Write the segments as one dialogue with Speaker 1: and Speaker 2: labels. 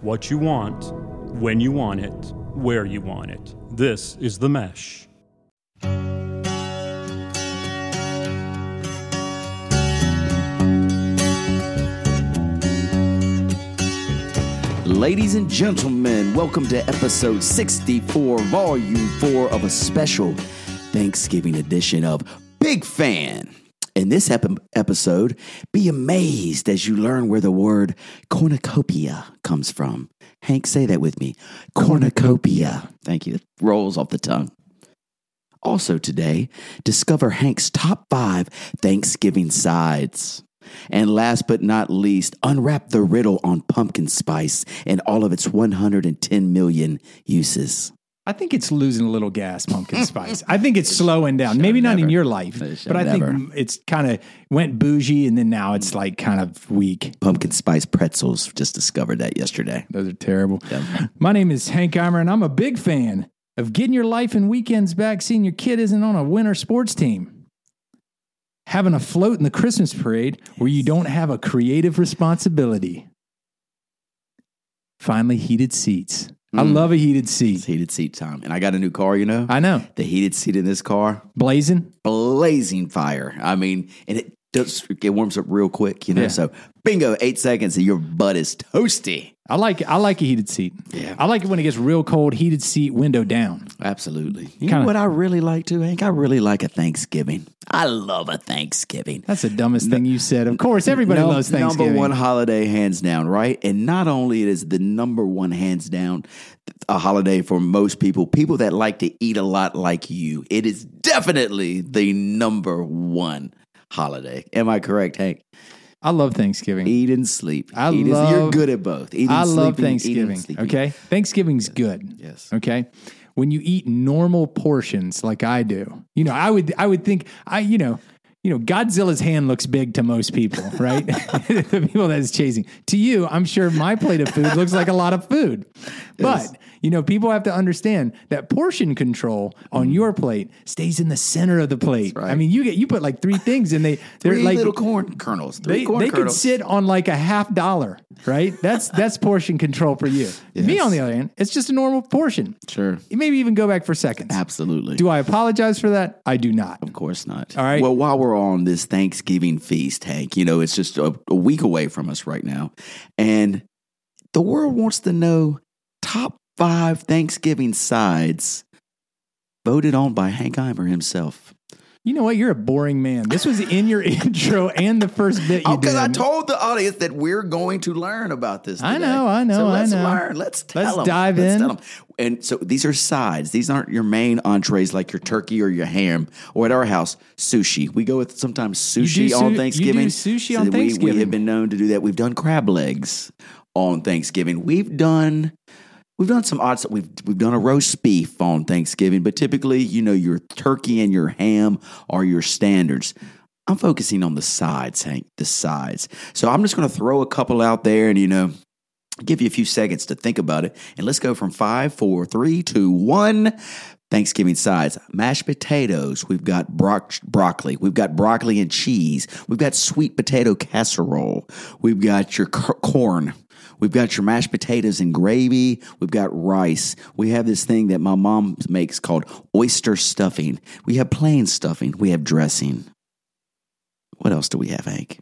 Speaker 1: what you want, when you want it, where you want it. This is The Mesh.
Speaker 2: Ladies and gentlemen, welcome to episode 64, volume 4 of a special Thanksgiving edition of Big Fan. In this ep- episode, be amazed as you learn where the word cornucopia comes from. Hank, say that with me. Cornucopia. Thank you. It rolls off the tongue. Also, today, discover Hank's top five Thanksgiving sides. And last but not least, unwrap the riddle on pumpkin spice and all of its 110 million uses.
Speaker 3: I think it's losing a little gas, pumpkin spice. I think it's slowing down. Maybe not in
Speaker 2: never.
Speaker 3: your life,
Speaker 2: It should
Speaker 3: but I
Speaker 2: never.
Speaker 3: think it's kind of went bougie and then now it's like kind of weak.
Speaker 2: Pumpkin spice pretzels, just discovered that yesterday.
Speaker 3: Those are terrible.
Speaker 2: Yeah.
Speaker 3: My name is Hank Eimer, and I'm a big fan of getting your life and weekends back, seeing your kid isn't on a winter sports team. Having a float in the Christmas parade where you don't have a creative responsibility. Finally, heated seats. I
Speaker 2: Mm.
Speaker 3: love a heated
Speaker 2: It's
Speaker 3: seat.
Speaker 2: heated seat time. And I got a new car, you know?
Speaker 3: I know.
Speaker 2: the heated seat in this car,
Speaker 3: Blazing.
Speaker 2: blazing fire. I mean, and it does, it warms up real quick, you know?
Speaker 3: Yeah.
Speaker 2: So, bingo, eight seconds and your butt is toasty.
Speaker 3: I like I like a heated seat.
Speaker 2: Yeah.
Speaker 3: I like it when it gets real cold, heated seat, window down.
Speaker 2: Absolutely. You know
Speaker 3: Kinda-
Speaker 2: what I really like too, Hank? I really like a Thanksgiving. I love a Thanksgiving.
Speaker 3: That's the dumbest thing you said. Of course, everybody
Speaker 2: Num-
Speaker 3: loves Thanksgiving.
Speaker 2: Number one holiday, hands down, right? And not only it is the number one, hands down, a holiday for most people, people that like to eat a lot like you, it is definitely the number one holiday. Am I correct, Hank?
Speaker 3: I love Thanksgiving.
Speaker 2: Eat and sleep.
Speaker 3: I
Speaker 2: Eat and- you're
Speaker 3: love-
Speaker 2: good at both. Eat and
Speaker 3: I love
Speaker 2: sleeping, eat and
Speaker 3: Thanksgiving.
Speaker 2: sleeping.
Speaker 3: Okay. Thanksgiving's good.
Speaker 2: Yes.
Speaker 3: Okay. When you eat normal portions like I do, you know, I would I would think I, you know, you know, Godzilla's hand looks big to most people, right? the people that is chasing. To you, I'm sure my plate of food looks like a lot of food. But, you know, people have to understand that portion control on your plate stays in the center of the plate.
Speaker 2: Mm. right.
Speaker 3: I mean, you get you put like three things and they they're
Speaker 2: Three
Speaker 3: like
Speaker 2: little corn kernels. Three
Speaker 3: they,
Speaker 2: corn
Speaker 3: they could
Speaker 2: kernels.
Speaker 3: sit on like a half dollar, right? That's that's portion control for you. Me,
Speaker 2: Yes.
Speaker 3: on the other hand, it's just a normal portion.
Speaker 2: Sure.
Speaker 3: Maybe even go back for seconds.
Speaker 2: Absolutely.
Speaker 3: Do I apologize for that? I do not.
Speaker 2: Of course not.
Speaker 3: All right.
Speaker 2: Well, while we're on this Thanksgiving feast, Hank, you know, it's just a, a week away from us right now. And the world wants to know top five Thanksgiving sides voted on by Hank Eimer himself.
Speaker 3: You know what? You're a boring man. This was in your intro and the first bit you did.
Speaker 2: Oh, Because I told the audience that we're going to learn about this.
Speaker 3: I
Speaker 2: today.
Speaker 3: know, I know,
Speaker 2: So
Speaker 3: I
Speaker 2: let's
Speaker 3: know.
Speaker 2: learn. Let's tell
Speaker 3: Let's
Speaker 2: 'em.
Speaker 3: dive
Speaker 2: Let's
Speaker 3: in.
Speaker 2: tell 'em. And so these are sides. These aren't your main entrees like your turkey or your ham. Or at our house, sushi. We go with sometimes sushi
Speaker 3: do su-
Speaker 2: on
Speaker 3: you do
Speaker 2: Thanksgiving.
Speaker 3: sushi
Speaker 2: So
Speaker 3: on
Speaker 2: we- We have
Speaker 3: Thanksgiving.
Speaker 2: been known to do that. We've done crab legs on Thanksgiving. We've done. We've done some odd stuff. We've we've done a roast beef on Thanksgiving, but typically, you know, your turkey and your ham are your standards. I'm focusing on the sides, Hank. The sides. So I'm just going to throw a couple out there, and you know, give you a few seconds to think about it. And let's go from five, four, three, two, one. Thanksgiving sides, mashed potatoes. We've got bro- broccoli. We've got broccoli and cheese. We've got sweet potato casserole. We've got your cor- corn. We've got your mashed potatoes and gravy. We've got rice. We have this thing that my mom makes called oyster stuffing. We have plain stuffing. We have dressing. What else do we have, Hank?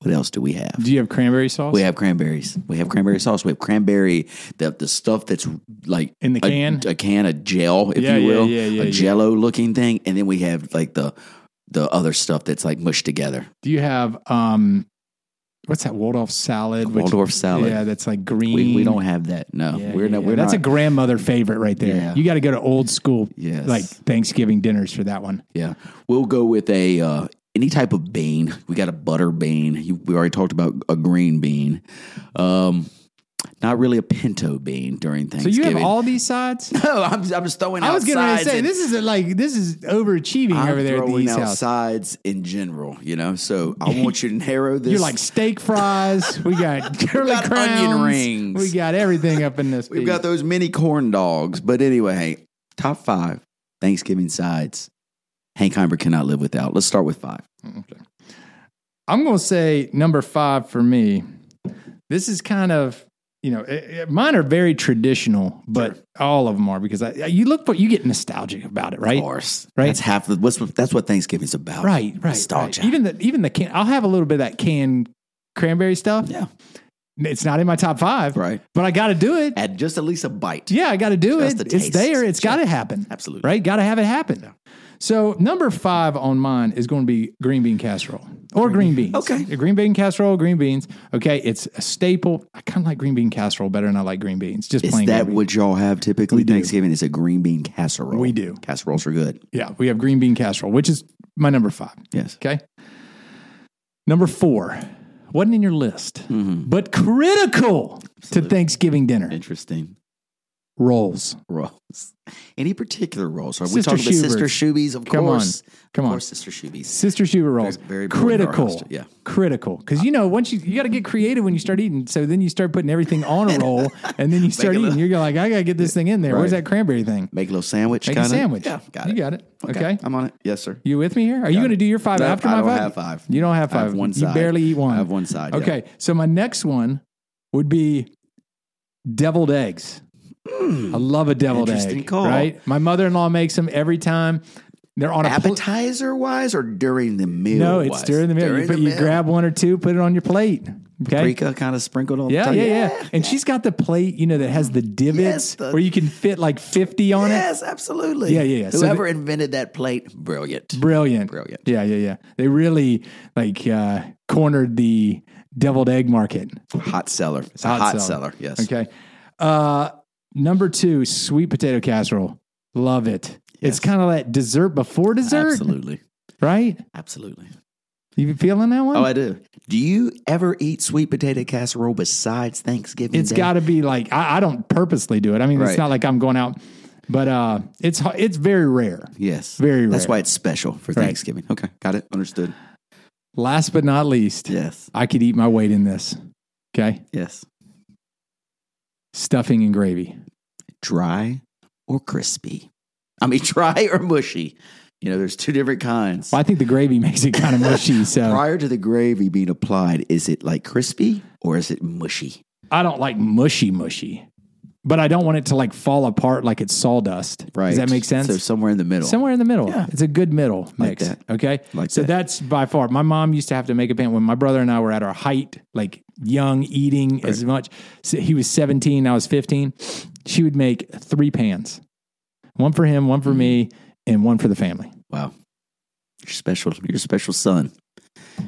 Speaker 2: What else do we have?
Speaker 3: Do you have cranberry sauce?
Speaker 2: We have cranberries. We have cranberry sauce. We have cranberry the the stuff that's like
Speaker 3: In the
Speaker 2: a-
Speaker 3: can?
Speaker 2: a, can of gel, if
Speaker 3: Yeah,
Speaker 2: you
Speaker 3: yeah,
Speaker 2: will,
Speaker 3: yeah, yeah,
Speaker 2: a
Speaker 3: yeah.
Speaker 2: Jello looking thing, and then we have like the the other stuff that's like mushed together.
Speaker 3: Do you have um what's that Waldorf salad? which-
Speaker 2: Waldorf salad.
Speaker 3: Yeah, that's like green.
Speaker 2: We, we don't have that. No,
Speaker 3: Yeah,
Speaker 2: we're
Speaker 3: yeah,
Speaker 2: not.
Speaker 3: yeah.
Speaker 2: We're
Speaker 3: that's a
Speaker 2: not.
Speaker 3: grandmother favorite right there.
Speaker 2: Yeah.
Speaker 3: You got to go to old school
Speaker 2: Yes.
Speaker 3: like Thanksgiving dinners for that one.
Speaker 2: yeah, we'll go with a uh, any type of bean. We got a butter bean. You, we already talked about a green bean. Um, not really a pinto bean during
Speaker 3: So
Speaker 2: Thanksgiving.
Speaker 3: you have all these sides?
Speaker 2: No, I'm, I'm just throwing.
Speaker 3: I
Speaker 2: out
Speaker 3: was getting ready to
Speaker 2: sides
Speaker 3: say
Speaker 2: and-
Speaker 3: this is a, like this is overachieving
Speaker 2: I'm
Speaker 3: over there at the
Speaker 2: throwing
Speaker 3: East
Speaker 2: out
Speaker 3: House.
Speaker 2: sides in general, you know. So I want you to narrow this.
Speaker 3: You're like steak fries. We got curly
Speaker 2: got
Speaker 3: crowns.
Speaker 2: onion rings.
Speaker 3: We got everything up in this.
Speaker 2: we've
Speaker 3: piece.
Speaker 2: got those mini corn dogs. But anyway, hey, top five Thanksgiving sides. Hank Heimer cannot live without. Let's start with five.
Speaker 3: I'm gonna say number five for me. This is kind of you know, eh, eh, mine are very traditional, but all of them are because I, you look for you get nostalgic about it, right?
Speaker 2: Of course,
Speaker 3: Right.
Speaker 2: That's half the. What's that's what Thanksgiving's about.
Speaker 3: Right, right,
Speaker 2: Nostalgia.
Speaker 3: right. Even the even the can. I'll have a little bit of that canned cranberry stuff.
Speaker 2: Yeah.
Speaker 3: it's not in my top five,
Speaker 2: Right.
Speaker 3: But I got to do it.
Speaker 2: Add just at least a bite.
Speaker 3: Yeah, I got to do
Speaker 2: Just
Speaker 3: it.
Speaker 2: the
Speaker 3: It's
Speaker 2: taste.
Speaker 3: there. It's got to happen.
Speaker 2: Absolutely.
Speaker 3: Right? Got to have it happen. So, number five on mine is going to be green bean casserole or green beans.
Speaker 2: Okay.
Speaker 3: A green bean casserole, green beans. Okay. It's a staple. I kind of like green bean casserole better than I like green beans. Just
Speaker 2: Is
Speaker 3: plain.
Speaker 2: that
Speaker 3: green
Speaker 2: what y'all have typically
Speaker 3: do.
Speaker 2: Thanksgiving? It's a green bean casserole.
Speaker 3: We do.
Speaker 2: Casseroles are good.
Speaker 3: bean. Yeah. We have green bean casserole, which is my number five.
Speaker 2: Yes.
Speaker 3: Okay. Number four wasn't in your list,
Speaker 2: Mm-hmm.
Speaker 3: but critical to Thanksgiving dinner
Speaker 2: Interesting.
Speaker 3: rolls.
Speaker 2: Rolls. Any particular rolls? Are we
Speaker 3: Sister
Speaker 2: talking about Sister
Speaker 3: Schubert's.
Speaker 2: Schubies? Of
Speaker 3: Come on.
Speaker 2: course.
Speaker 3: Come
Speaker 2: of
Speaker 3: on.
Speaker 2: course, Sister Schubies.
Speaker 3: Sister Schuber rolls.
Speaker 2: Very- very Boulevard
Speaker 3: critical.
Speaker 2: roster, yeah.
Speaker 3: Critical. Because you know, once you you gotta get creative when you start eating. So then you start putting everything on a roll and then you start
Speaker 2: a
Speaker 3: eating.
Speaker 2: little-
Speaker 3: You're like, I gotta get this thing in there. Where's
Speaker 2: Right.
Speaker 3: that cranberry thing?
Speaker 2: Make a little sandwich.
Speaker 3: Make a
Speaker 2: kinda?
Speaker 3: sandwich.
Speaker 2: Yeah. Got
Speaker 3: you
Speaker 2: it.
Speaker 3: got it. Okay.
Speaker 2: I'm on it. Yes, sir.
Speaker 3: You with me here? Are you going to do your five
Speaker 2: No,
Speaker 3: after
Speaker 2: I
Speaker 3: my
Speaker 2: don't
Speaker 3: five?
Speaker 2: have five.
Speaker 3: You don't have
Speaker 2: I
Speaker 3: five.
Speaker 2: have one
Speaker 3: you
Speaker 2: side.
Speaker 3: barely eat one.
Speaker 2: I have one side, yeah.
Speaker 3: Okay. So my next one would be deviled eggs. I love a deviled
Speaker 2: Hmm. Interesting
Speaker 3: egg.
Speaker 2: call.
Speaker 3: Right? My mother in law makes them every time. They're on a pl-
Speaker 2: Appetizer wise or during the meal?
Speaker 3: No, it's
Speaker 2: wise?
Speaker 3: during the meal. you, put, you
Speaker 2: meal.
Speaker 3: grab one or two, put it on your plate. Okay.
Speaker 2: paprika kind of sprinkled on
Speaker 3: Yeah,
Speaker 2: the top.
Speaker 3: yeah, yeah, And she's got the plate, you know, that has the divots
Speaker 2: Yes, the-
Speaker 3: where you can fit like 50 on it.
Speaker 2: Yes, absolutely.
Speaker 3: Yeah, yeah, yeah. So
Speaker 2: Whoever invented that plate, brilliant.
Speaker 3: Brilliant.
Speaker 2: Brilliant.
Speaker 3: Yeah, yeah, yeah. They really like uh, cornered the deviled egg market.
Speaker 2: Hot seller. It's a
Speaker 3: Hot
Speaker 2: hot,
Speaker 3: seller.
Speaker 2: seller. Yes.
Speaker 3: Okay. Uh, number two, sweet potato casserole. Love it. It's
Speaker 2: Yes.
Speaker 3: kind of that dessert before dessert,
Speaker 2: Absolutely.
Speaker 3: right?
Speaker 2: Absolutely.
Speaker 3: You feeling that one?
Speaker 2: Oh, I do. Do you ever eat sweet potato casserole besides Thanksgiving?
Speaker 3: It's
Speaker 2: Day?
Speaker 3: got to be like I, I don't purposely do it. I mean, it's
Speaker 2: Right.
Speaker 3: not like I'm going out, but uh, it's h- it's very rare.
Speaker 2: Yes.
Speaker 3: Very
Speaker 2: That's
Speaker 3: rare.
Speaker 2: why it's special for
Speaker 3: Right.
Speaker 2: Thanksgiving. Okay. Got it. Understood.
Speaker 3: Last but not least,
Speaker 2: Yes.
Speaker 3: I could eat my weight in this. Okay,
Speaker 2: Yes.
Speaker 3: stuffing and gravy.
Speaker 2: Dry or crispy? I mean, dry or mushy? You know, there's two different kinds.
Speaker 3: Well, I think the gravy makes it kind of mushy. So
Speaker 2: Prior to the gravy being applied, is it like crispy or is it mushy?
Speaker 3: I don't like mushy mushy, but I don't want it to like fall apart like it's sawdust. Does that make sense?
Speaker 2: So somewhere in the middle.
Speaker 3: Somewhere in the middle.
Speaker 2: Yeah.
Speaker 3: It's a good middle
Speaker 2: Like
Speaker 3: mix.
Speaker 2: that.
Speaker 3: Okay.
Speaker 2: Like
Speaker 3: so
Speaker 2: that.
Speaker 3: that's by far. My mom used to have to make a pan when my brother and I were at our height, like young, eating as much. So he was 17, I was 15. She would make three pans one for him, one for me, and one for the family.
Speaker 2: Wow. Your special, your special son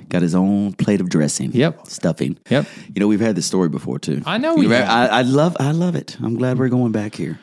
Speaker 2: got his own plate of dressing.
Speaker 3: Yep.
Speaker 2: Stuffing.
Speaker 3: Yep.
Speaker 2: You know, we've had this story before too.
Speaker 3: I know
Speaker 2: You
Speaker 3: we
Speaker 2: know,
Speaker 3: have.
Speaker 2: I, I love, I love it. I'm glad we're going back here.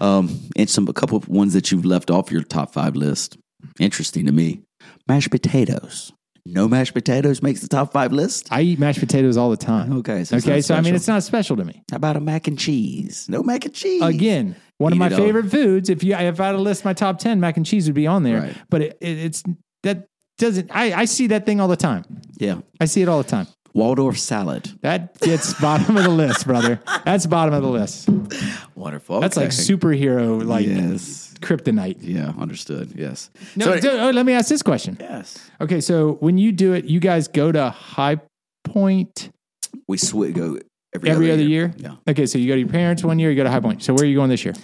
Speaker 2: Um, and some a couple of ones that you've left off your top five list. Interesting to me. Mashed potatoes. No mashed potatoes makes the top five list.
Speaker 3: I eat mashed potatoes all the time.
Speaker 2: Okay, so it's
Speaker 3: Okay.
Speaker 2: not
Speaker 3: So, I mean,
Speaker 2: special.
Speaker 3: it's not special to me.
Speaker 2: How about a mac and cheese? No mac and cheese.
Speaker 3: Again, one of
Speaker 2: Eat
Speaker 3: my
Speaker 2: it all.
Speaker 3: favorite foods. If you, if I had to list my top 10, mac and cheese would be on there,
Speaker 2: Right.
Speaker 3: but it, it, it's that doesn't, I, I see that thing all the time.
Speaker 2: Yeah.
Speaker 3: I see it all the time.
Speaker 2: Waldorf salad.
Speaker 3: That gets bottom of the list, brother. That's bottom of the list.
Speaker 2: Wonderful.
Speaker 3: That's like
Speaker 2: Okay.
Speaker 3: superhero, like
Speaker 2: Yes.
Speaker 3: kryptonite.
Speaker 2: Yeah. Understood. Yes.
Speaker 3: No,
Speaker 2: So-
Speaker 3: d- oh, let me ask this question.
Speaker 2: yes.
Speaker 3: Okay, so when you do it, you guys go to High Point
Speaker 2: We sw- go every,
Speaker 3: every
Speaker 2: other, year.
Speaker 3: Yeah.
Speaker 2: Yeah.
Speaker 3: Okay, so you go to your parents one year, you go to High Point. So where are you going this year?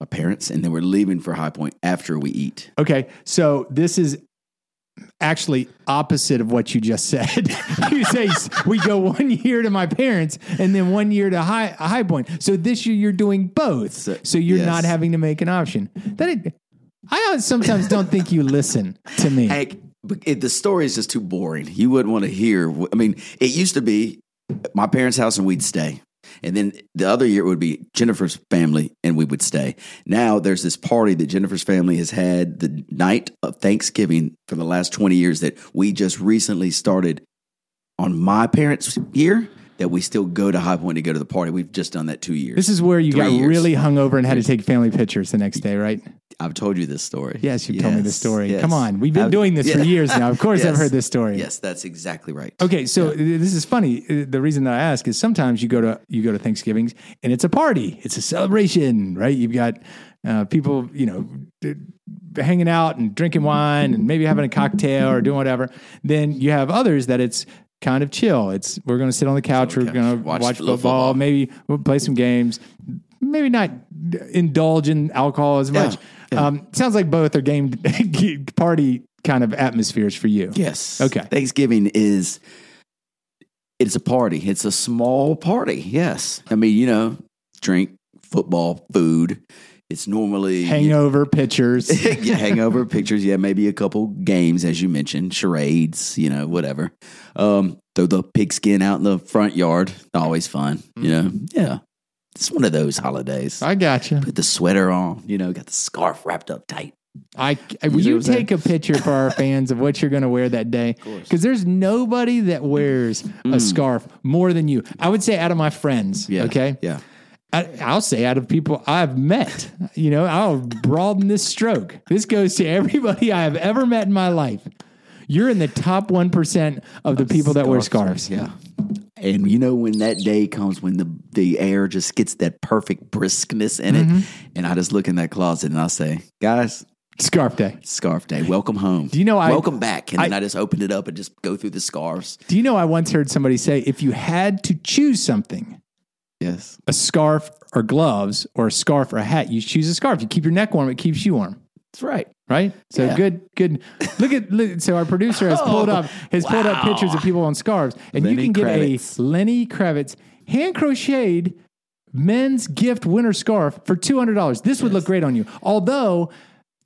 Speaker 2: My parents, and then we're leaving for High Point after we eat.
Speaker 3: Okay, so this is actually opposite of what you just said. you say s- we go one year to my parents and then one year to high high point. So this year you're doing both. So,
Speaker 2: So-
Speaker 3: you're
Speaker 2: yes.
Speaker 3: not having to make an option. That it, I sometimes don't think you listen to me.
Speaker 2: Hank, but it, the story is just too boring. You wouldn't want to hear. wh- I mean, it used to be at my parents' house and we'd stay. And then the other year it would be Jennifer's family and we would stay. Now there's this party that Jennifer's family has had the night of Thanksgiving for the last 20 years that we just recently started on my parents' year that we still go to High Point to go to the party. We've just done that two years.
Speaker 3: This is where you
Speaker 2: Three
Speaker 3: got
Speaker 2: years.
Speaker 3: really hungover and had to take family pictures the next day, right?
Speaker 2: I've told you this story.
Speaker 3: Yes, you've told me this
Speaker 2: Yes,
Speaker 3: story.
Speaker 2: yes.
Speaker 3: Come on, we've been
Speaker 2: I've-
Speaker 3: doing this for
Speaker 2: Yeah.
Speaker 3: years now. Of course, I've
Speaker 2: Yes.
Speaker 3: heard this story.
Speaker 2: Yes, that's exactly right.
Speaker 3: Okay, so th- this is funny. Uh, The reason that I ask is sometimes you go to you go to Thanksgivings and it's a party, it's a celebration, right? You've got uh, people, you know, d- hanging out and drinking wine and maybe having a cocktail or doing whatever. Then you have others that it's kind of chill. It's we're going to sit on the couch.
Speaker 2: Sit on the
Speaker 3: we're going
Speaker 2: couch,
Speaker 3: to
Speaker 2: watch
Speaker 3: watch,
Speaker 2: a little
Speaker 3: football,
Speaker 2: football.
Speaker 3: Maybe we'll play some games. Maybe not indulge in alcohol as much.
Speaker 2: yeah.
Speaker 3: Um, sounds like both are game party kind of atmospheres for you.
Speaker 2: Yes.
Speaker 3: Okay.
Speaker 2: Thanksgiving is it's a party. It's a small party. Yes. I mean, you know, drink, football, food. It's normally
Speaker 3: Hangover pictures.
Speaker 2: yeah, hangover pictures. Yeah, maybe a couple games, as you mentioned, charades. You know, whatever. Um, throw the pigskin out in the front yard. Always fun. You know. Yeah. It's one of those holidays.
Speaker 3: Mm-hmm. I got you.
Speaker 2: Put the sweater on. You know, got the scarf wrapped up tight.
Speaker 3: I
Speaker 2: what
Speaker 3: will you
Speaker 2: I'm saying?
Speaker 3: take a picture for our fans of what you're going to wear that day
Speaker 2: course. Mm.
Speaker 3: because there's nobody that wears a scarf more than you. I would say out of my friends.
Speaker 2: Yeah.
Speaker 3: Okay.
Speaker 2: Yeah.
Speaker 3: I, I'll say out of people I've met, you know, I'll broaden this stroke. This goes to everybody I have ever met in my life. You're in the top 1% of the people that wear scarves.
Speaker 2: Yeah. And you know when that day comes when the the air just gets that perfect briskness in it,
Speaker 3: Mm-hmm.
Speaker 2: and I just look in that closet and I say, guys,
Speaker 3: Scarf day.
Speaker 2: scarf day, welcome home. Do
Speaker 3: you know I-
Speaker 2: welcome back? And then I just open it up and just go through the scarves.
Speaker 3: Do you know I once heard somebody say if you had to choose something,
Speaker 2: Yes,
Speaker 3: a scarf or gloves or a scarf or a hat, you choose a scarf. You keep your neck warm, it keeps you warm.
Speaker 2: that's right.
Speaker 3: Right, so
Speaker 2: Yeah.
Speaker 3: good, good. Look at look, so our producer has pulled up has pulled up pictures of people on scarves, and you
Speaker 2: Oh, Lenny
Speaker 3: can get
Speaker 2: Kravitz.
Speaker 3: a Lenny Kravitz hand crocheted men's gift winter scarf for two hundred dollars. This would look great on you, although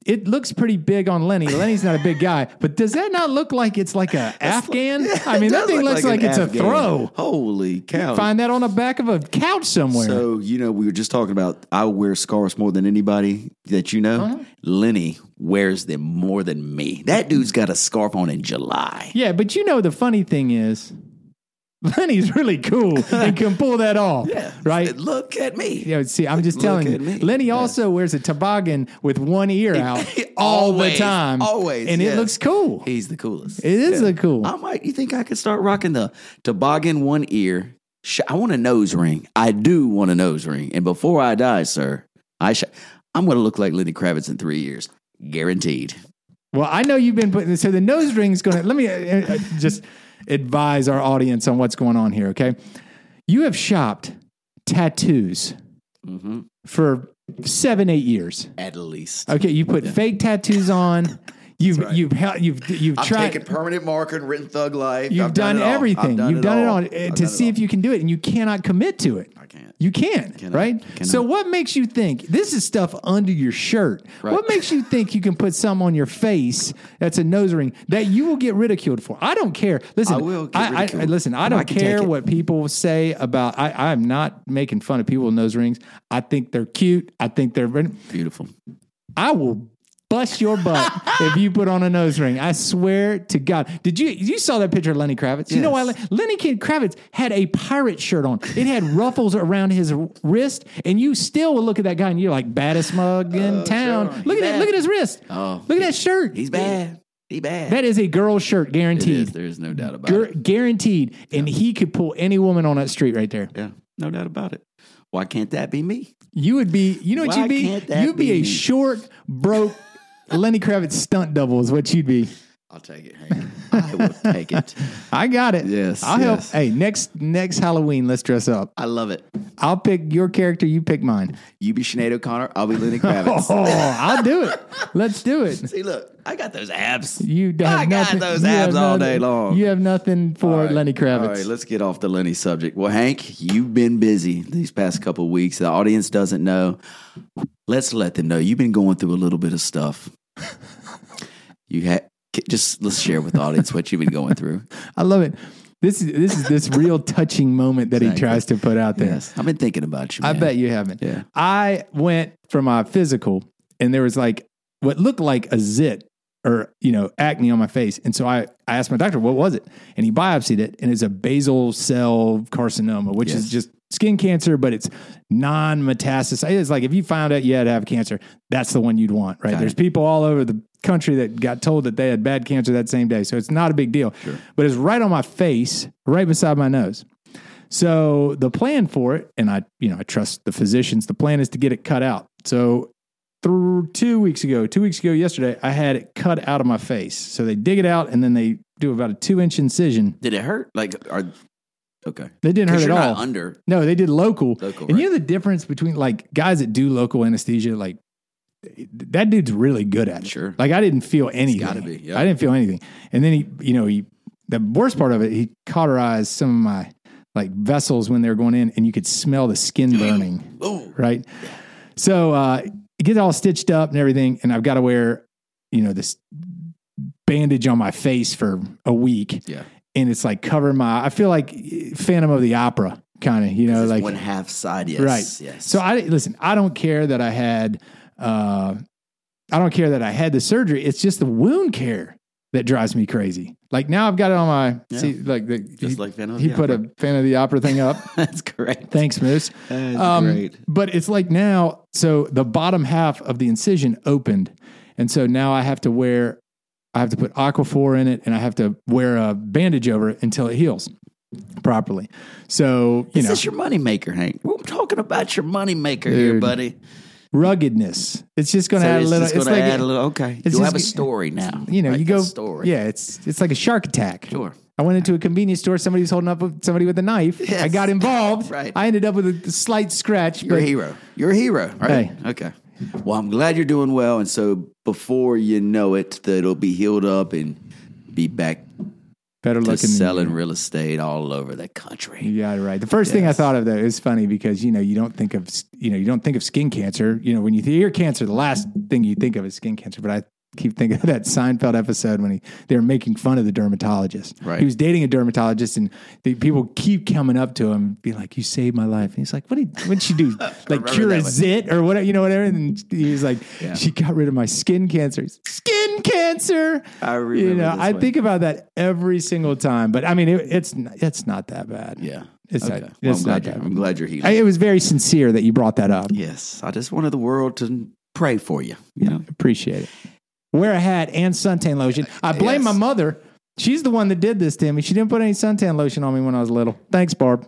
Speaker 3: it looks pretty big on Lenny. Lenny's not a big guy, but does that not look like it's like a Afghan? I mean,
Speaker 2: It
Speaker 3: that
Speaker 2: does
Speaker 3: thing
Speaker 2: look
Speaker 3: looks like,
Speaker 2: an
Speaker 3: it's
Speaker 2: Afghan.
Speaker 3: a throw.
Speaker 2: Holy cow!
Speaker 3: Find that on the back of a couch somewhere.
Speaker 2: So you know we were just talking about I wear scarves more than anybody that you know.
Speaker 3: Uh-huh.
Speaker 2: Lenny wears them more than me.
Speaker 3: Mm-hmm.
Speaker 2: That dude's got a scarf on in July.
Speaker 3: Yeah, but you know the funny thing is, Lenny's really cool and can pull that off. right.
Speaker 2: Look at me.
Speaker 3: You know, see, I'm just
Speaker 2: Look
Speaker 3: telling
Speaker 2: at me.
Speaker 3: you. Lenny
Speaker 2: Yeah.
Speaker 3: also wears a toboggan with one ear out all the
Speaker 2: Always,
Speaker 3: time.
Speaker 2: always,
Speaker 3: And
Speaker 2: yes.
Speaker 3: it looks cool. It
Speaker 2: He's the coolest.
Speaker 3: is
Speaker 2: Yeah.
Speaker 3: a cool.
Speaker 2: I might. You think I could start rocking the toboggan one ear? Sh- I want a nose ring. I do want a nose ring. And before I die, sir, I sh- I'm going to look like Lenny Kravitz in three years, guaranteed.
Speaker 3: Well, I know you've been putting so the nose ring's going to let me uh, uh, just advise our audience on what's going on here, okay? You have shopped tattoos
Speaker 2: Mm-hmm.
Speaker 3: for 7 8 years.
Speaker 2: At least.
Speaker 3: Okay, you put fake tattoos on. You've you've hel- you've you've
Speaker 2: I've
Speaker 3: tried
Speaker 2: taken permanent marker and written thug life.
Speaker 3: You've
Speaker 2: I've
Speaker 3: done,
Speaker 2: it all. I've
Speaker 3: everything. You've done it all,
Speaker 2: I've
Speaker 3: uh,
Speaker 2: done
Speaker 3: to
Speaker 2: it
Speaker 3: see
Speaker 2: all.
Speaker 3: if you can do it, and you cannot commit to it.
Speaker 2: I can't.
Speaker 3: You can,
Speaker 2: Cannot,
Speaker 3: right?
Speaker 2: cannot.
Speaker 3: So what makes you think this is stuff under your shirt? What makes you think you can put some on your face that's a nose ring that you will get ridiculed for? I don't care. Listen,
Speaker 2: I will get
Speaker 3: I, I,
Speaker 2: ridiculed,
Speaker 3: listen. I
Speaker 2: and I
Speaker 3: don't
Speaker 2: can take
Speaker 3: care
Speaker 2: it.
Speaker 3: what people say about. I, I'm not making fun of people with nose rings. I think they're cute. I think they're.
Speaker 2: Beautiful.
Speaker 3: I will bust your butt if you put on a nose ring. I swear to God. Did you you saw that picture of Lenny Kravitz? You know why
Speaker 2: Yes.
Speaker 3: Len- Lenny Ken Kravitz had a pirate shirt on. It had ruffles around his r- wrist, and you still would look at that guy and you're like baddest mug in town.
Speaker 2: Oh, sure.
Speaker 3: Look
Speaker 2: He
Speaker 3: at
Speaker 2: bad.
Speaker 3: that! Look at his wrist.
Speaker 2: Oh.
Speaker 3: look at that shirt.
Speaker 2: He's bad. He bad.
Speaker 3: That is a girl shirt,
Speaker 2: It is.
Speaker 3: guaranteed.
Speaker 2: There is no doubt about
Speaker 3: Gu-
Speaker 2: it.
Speaker 3: guaranteed, and he could pull any woman on that street right there.
Speaker 2: Yeah, no doubt about it. Why can't that be me?
Speaker 3: You would be, you know what
Speaker 2: Why
Speaker 3: you'd be?
Speaker 2: can't that
Speaker 3: You'd be,
Speaker 2: be
Speaker 3: a
Speaker 2: me?
Speaker 3: short, broke Lenny Kravitz stunt double is what you'd be.
Speaker 2: I'll take it. Hank. I will take it.
Speaker 3: I got it.
Speaker 2: Yes,
Speaker 3: I'll
Speaker 2: yes.
Speaker 3: help. Hey, next next Halloween, let's dress up.
Speaker 2: I love it.
Speaker 3: I'll pick your character, you pick mine.
Speaker 2: You be Sinead O'Connor. I'll be Lenny
Speaker 3: Oh,
Speaker 2: Kravitz.
Speaker 3: I'll do it. Let's do it.
Speaker 2: See, look, I got those abs.
Speaker 3: You have
Speaker 2: I got
Speaker 3: nothing,
Speaker 2: those
Speaker 3: you have
Speaker 2: abs all
Speaker 3: nothing-
Speaker 2: day long.
Speaker 3: You have nothing for
Speaker 2: All right.
Speaker 3: Lenny Kravitz.
Speaker 2: All right, let's get off the Lenny subject. Well, Hank, you've been busy these past couple of weeks. The audience doesn't know. Let's let them know. You've been going through a little bit of stuff. you had just let's share with the audience what you've been going through.
Speaker 3: I love it. This is this is this real touching moment that he
Speaker 2: Exactly.
Speaker 3: tries to put out there.
Speaker 2: Yes, I've been thinking about you.
Speaker 3: I
Speaker 2: man.
Speaker 3: bet you haven't.
Speaker 2: Yeah.
Speaker 3: I went for my physical and there was like what looked like a zit or, you know, acne on my face. And so I, I asked my doctor, what was it? And he biopsied it and it's a basal cell carcinoma, which
Speaker 2: Yes.
Speaker 3: is just skin cancer, but it's non metastasis. It's like if you found out you had to have cancer, that's the one you'd want, right?
Speaker 2: Got
Speaker 3: There's people all over the country that got told that they had bad cancer that same day. So it's not a big deal, but it's right on my face, right beside my nose. So the plan for it, and I, you know, I trust the physicians. The plan is to get it cut out. So through two weeks ago, two weeks ago yesterday, I had it cut out of my face. So they dig it out and then they do about a two inch incision.
Speaker 2: Did it hurt? Like, are okay?
Speaker 3: They didn't hurt
Speaker 2: Because
Speaker 3: at
Speaker 2: you're
Speaker 3: all.
Speaker 2: not under.
Speaker 3: No, they did local.
Speaker 2: Local,
Speaker 3: and you know the difference between like guys that do local anesthesia, like that dude's really good at it.
Speaker 2: Sure.
Speaker 3: Like I didn't feel anything.
Speaker 2: gotta be, yeah.
Speaker 3: I didn't feel anything. And then he, you know, he the worst part of it, he cauterized some of my like vessels when they were going in, and you could smell the skin burning.
Speaker 2: Oh,
Speaker 3: right. So uh it gets all stitched up and everything, and I've got to wear, you know, this bandage on my face for a week.
Speaker 2: yeah.
Speaker 3: And it's like covering my I feel like Phantom of the Opera kind of, you know,
Speaker 2: It's
Speaker 3: like
Speaker 2: one half side. Yes.
Speaker 3: Right.
Speaker 2: Yes.
Speaker 3: so I listen. I don't care that I had. Uh, I don't care that I had the surgery. It's just the wound care that drives me crazy. Like now I've got it on my
Speaker 2: Yeah.
Speaker 3: see, like the,
Speaker 2: just
Speaker 3: he,
Speaker 2: like Van
Speaker 3: he put a fan of the opera thing up.
Speaker 2: That's correct.
Speaker 3: Thanks, Moose.
Speaker 2: That's
Speaker 3: Um, But it's like now, so the bottom half of the incision opened, and so now I have to wear, I have to put Aquaphor in it, and I have to wear a bandage over it until it heals properly. So you
Speaker 2: Is
Speaker 3: know,
Speaker 2: this your moneymaker, Hank? We're talking about your moneymaker here,
Speaker 3: Dude.
Speaker 2: buddy.
Speaker 3: ruggedness. It's just going
Speaker 2: So
Speaker 3: to add a
Speaker 2: it's
Speaker 3: little.
Speaker 2: just
Speaker 3: It's
Speaker 2: gonna
Speaker 3: like
Speaker 2: add a little. Okay,
Speaker 3: it's
Speaker 2: you have a
Speaker 3: just-
Speaker 2: story now.
Speaker 3: you know,
Speaker 2: Like
Speaker 3: you
Speaker 2: a
Speaker 3: go.
Speaker 2: story.
Speaker 3: Yeah, it's it's like a shark attack.
Speaker 2: Sure.
Speaker 3: I went into a convenience store. Somebody was holding up with- somebody with a knife. I
Speaker 2: Yes.
Speaker 3: got involved.
Speaker 2: Right.
Speaker 3: I ended up with a slight scratch.
Speaker 2: You're a
Speaker 3: but
Speaker 2: hero. You're a hero, right?
Speaker 3: Hey.
Speaker 2: Okay. Well, I'm glad you're doing well, and so before you know it, that it'll be healed up and be back
Speaker 3: better
Speaker 2: to
Speaker 3: looking.
Speaker 2: selling real estate all over the country.
Speaker 3: You got it right. The first thing I
Speaker 2: Yes.
Speaker 3: thought of though is funny because you know you don't think of s- you know you don't think of skin cancer. You know when you hear cancer, the last thing you think of is skin cancer. But I keep thinking of that Seinfeld episode when he they were making fun of the dermatologist.
Speaker 2: Right.
Speaker 3: He was dating a dermatologist, and the people keep coming up to him, and be like, "You saved my life." And he's like, "What did what'd she do? like
Speaker 2: remember
Speaker 3: cure a
Speaker 2: that one.
Speaker 3: zit or whatever? You know whatever?" And he's like,
Speaker 2: Yeah.
Speaker 3: "She got rid of my skin cancer." He's, skin cancer.
Speaker 2: I remember
Speaker 3: You know,
Speaker 2: this
Speaker 3: I
Speaker 2: one.
Speaker 3: think about that every single time. But I mean, it, it's n- it's not that bad.
Speaker 2: Yeah.
Speaker 3: It's
Speaker 2: okay.
Speaker 3: not-
Speaker 2: Well,
Speaker 3: it's
Speaker 2: I'm, glad
Speaker 3: not
Speaker 2: you're,
Speaker 3: that.
Speaker 2: I'm glad you're healing.
Speaker 3: I, it was very sincere that you brought that up.
Speaker 2: yes. I just wanted the world to pray for you. You know.
Speaker 3: Appreciate it. Wear a hat and suntan lotion. I blame
Speaker 2: Yes.
Speaker 3: my mother. She's the one that did this to me. She didn't put any suntan lotion on me when I was little. Thanks, Barb.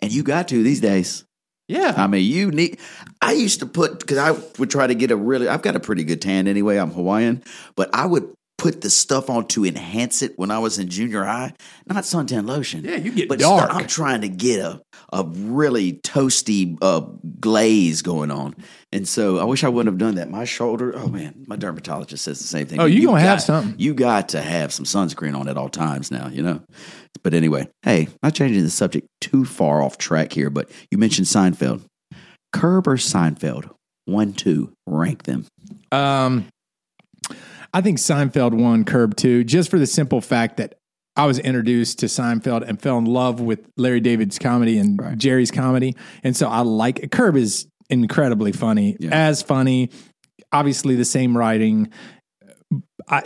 Speaker 2: And you got to these days.
Speaker 3: Yeah.
Speaker 2: I mean, you need. I used to put because I would try to get a really. I've got a pretty good tan anyway. I'm Hawaiian, but I would put the stuff on to enhance it when I was in junior high. Not suntan lotion.
Speaker 3: Yeah, you get
Speaker 2: but
Speaker 3: dark.
Speaker 2: I'm trying to get a a really toasty uh, glaze going on, and so I wish I wouldn't have done that. My shoulder. Oh man, my dermatologist says the same thing.
Speaker 3: Oh, you gonna have
Speaker 2: got-
Speaker 3: something.
Speaker 2: You got to have some sunscreen on at all times now. You know. But anyway, hey, not changing the subject too far off track here, but you mentioned Seinfeld. Curb or Seinfeld? One, two, rank them.
Speaker 3: Um, I think Seinfeld won Curb 2 just for the simple fact that I was introduced to Seinfeld and fell in love with Larry David's comedy and
Speaker 2: Right.
Speaker 3: Jerry's comedy. And so I like Curb is incredibly funny,
Speaker 2: Yeah.
Speaker 3: as funny, obviously the same writing. I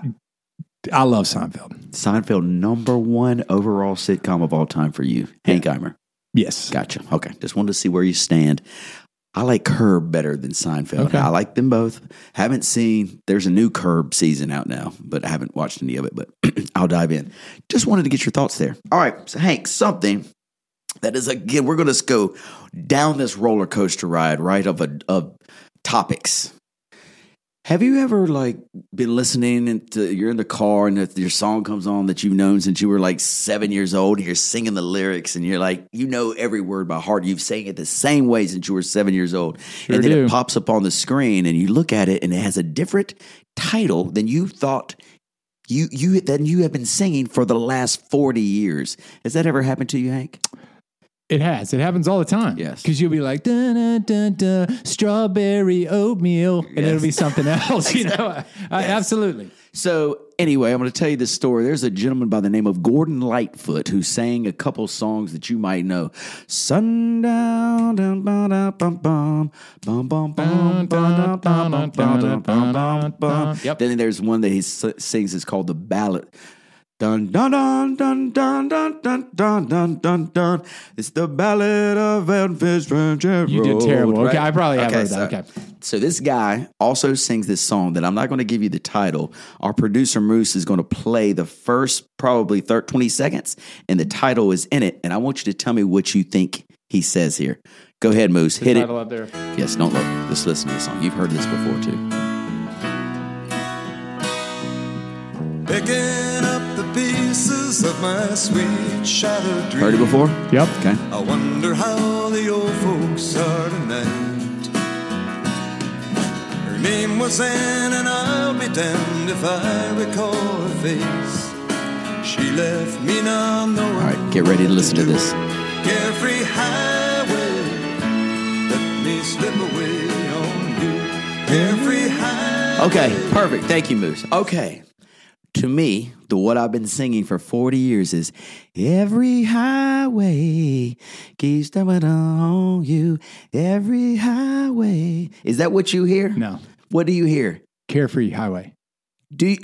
Speaker 3: I love Seinfeld.
Speaker 2: Seinfeld, number one overall sitcom of all time for you, Hank Eimer.
Speaker 3: Yes.
Speaker 2: Gotcha. Okay. Just wanted to see where you stand. I like Curb better than Seinfeld.
Speaker 3: Okay.
Speaker 2: I like them both. Haven't seen, there's a new Curb season out now, but I haven't watched any of it, but I'll dive in. Just wanted to get your thoughts there. All right. So, Hank, something that is, again, we're going to go down this roller coaster ride, right, of, a, of topics. Have you ever like been listening and to, you're in the car and if your song comes on that you've known since you were like seven years old and you're singing the lyrics and you're like you know every word by heart you've sang it the same way since you were seven years old and then
Speaker 3: do.
Speaker 2: it pops up on the screen and you look at it and it has a different title than you thought you you than you have been singing for the last forty years. Has that ever happened to you, Hank?
Speaker 3: It has. It happens all the time.
Speaker 2: Yes.
Speaker 3: Because you'll be like, dun, dun, dun, dun, strawberry oatmeal, and it'll
Speaker 2: Yes.
Speaker 3: be something else. You know, I, I- absolutely.
Speaker 2: So anyway, I'm going to tell you this story. There's a gentleman by the name of Gordon Lightfoot who sang a couple songs that you might know. Sundown, dun, ba, da, bum, bum, bum, bum, bum, ba, da, bum, bum, ba, da, bum, bum, bum.
Speaker 3: Yep.
Speaker 2: Then there's one that he s- sings. It's called the ballad. Dun dun dun dun dun dun dun dun dun dun dun. It's the ballad of Elvis Fitzgerald.
Speaker 3: You did terrible. Okay, I probably have heard that.
Speaker 2: so-
Speaker 3: Okay.
Speaker 2: so this guy also sings this song that I'm not going to give you the title. Our producer Moose is going to play the first probably thir 20 seconds, and the title is in it. And I want you to tell me what you think he says here. Go ahead, Moose. Hit it.
Speaker 3: Title up there.
Speaker 2: Yes, don't look. Just listen to the song. You've heard this before too.
Speaker 4: Picking up the pieces of my sweet shattered dream.
Speaker 2: Heard it before?
Speaker 3: Yep.
Speaker 2: Okay.
Speaker 4: I wonder how the old folks are tonight. Her name was Anne, and I'll be damned if I recall her face. She left me now knowing.
Speaker 2: All right, get ready to listen to this.
Speaker 4: Every highway let me slip away on you. Every highway.
Speaker 2: Okay, perfect. Thank you, Moose. Okay. To me, the what I've been singing for 40 years is every highway keeps coming on you. Every highway. Is that what you hear?
Speaker 3: No.
Speaker 2: What do you hear?
Speaker 3: Carefree Highway.
Speaker 2: Do you,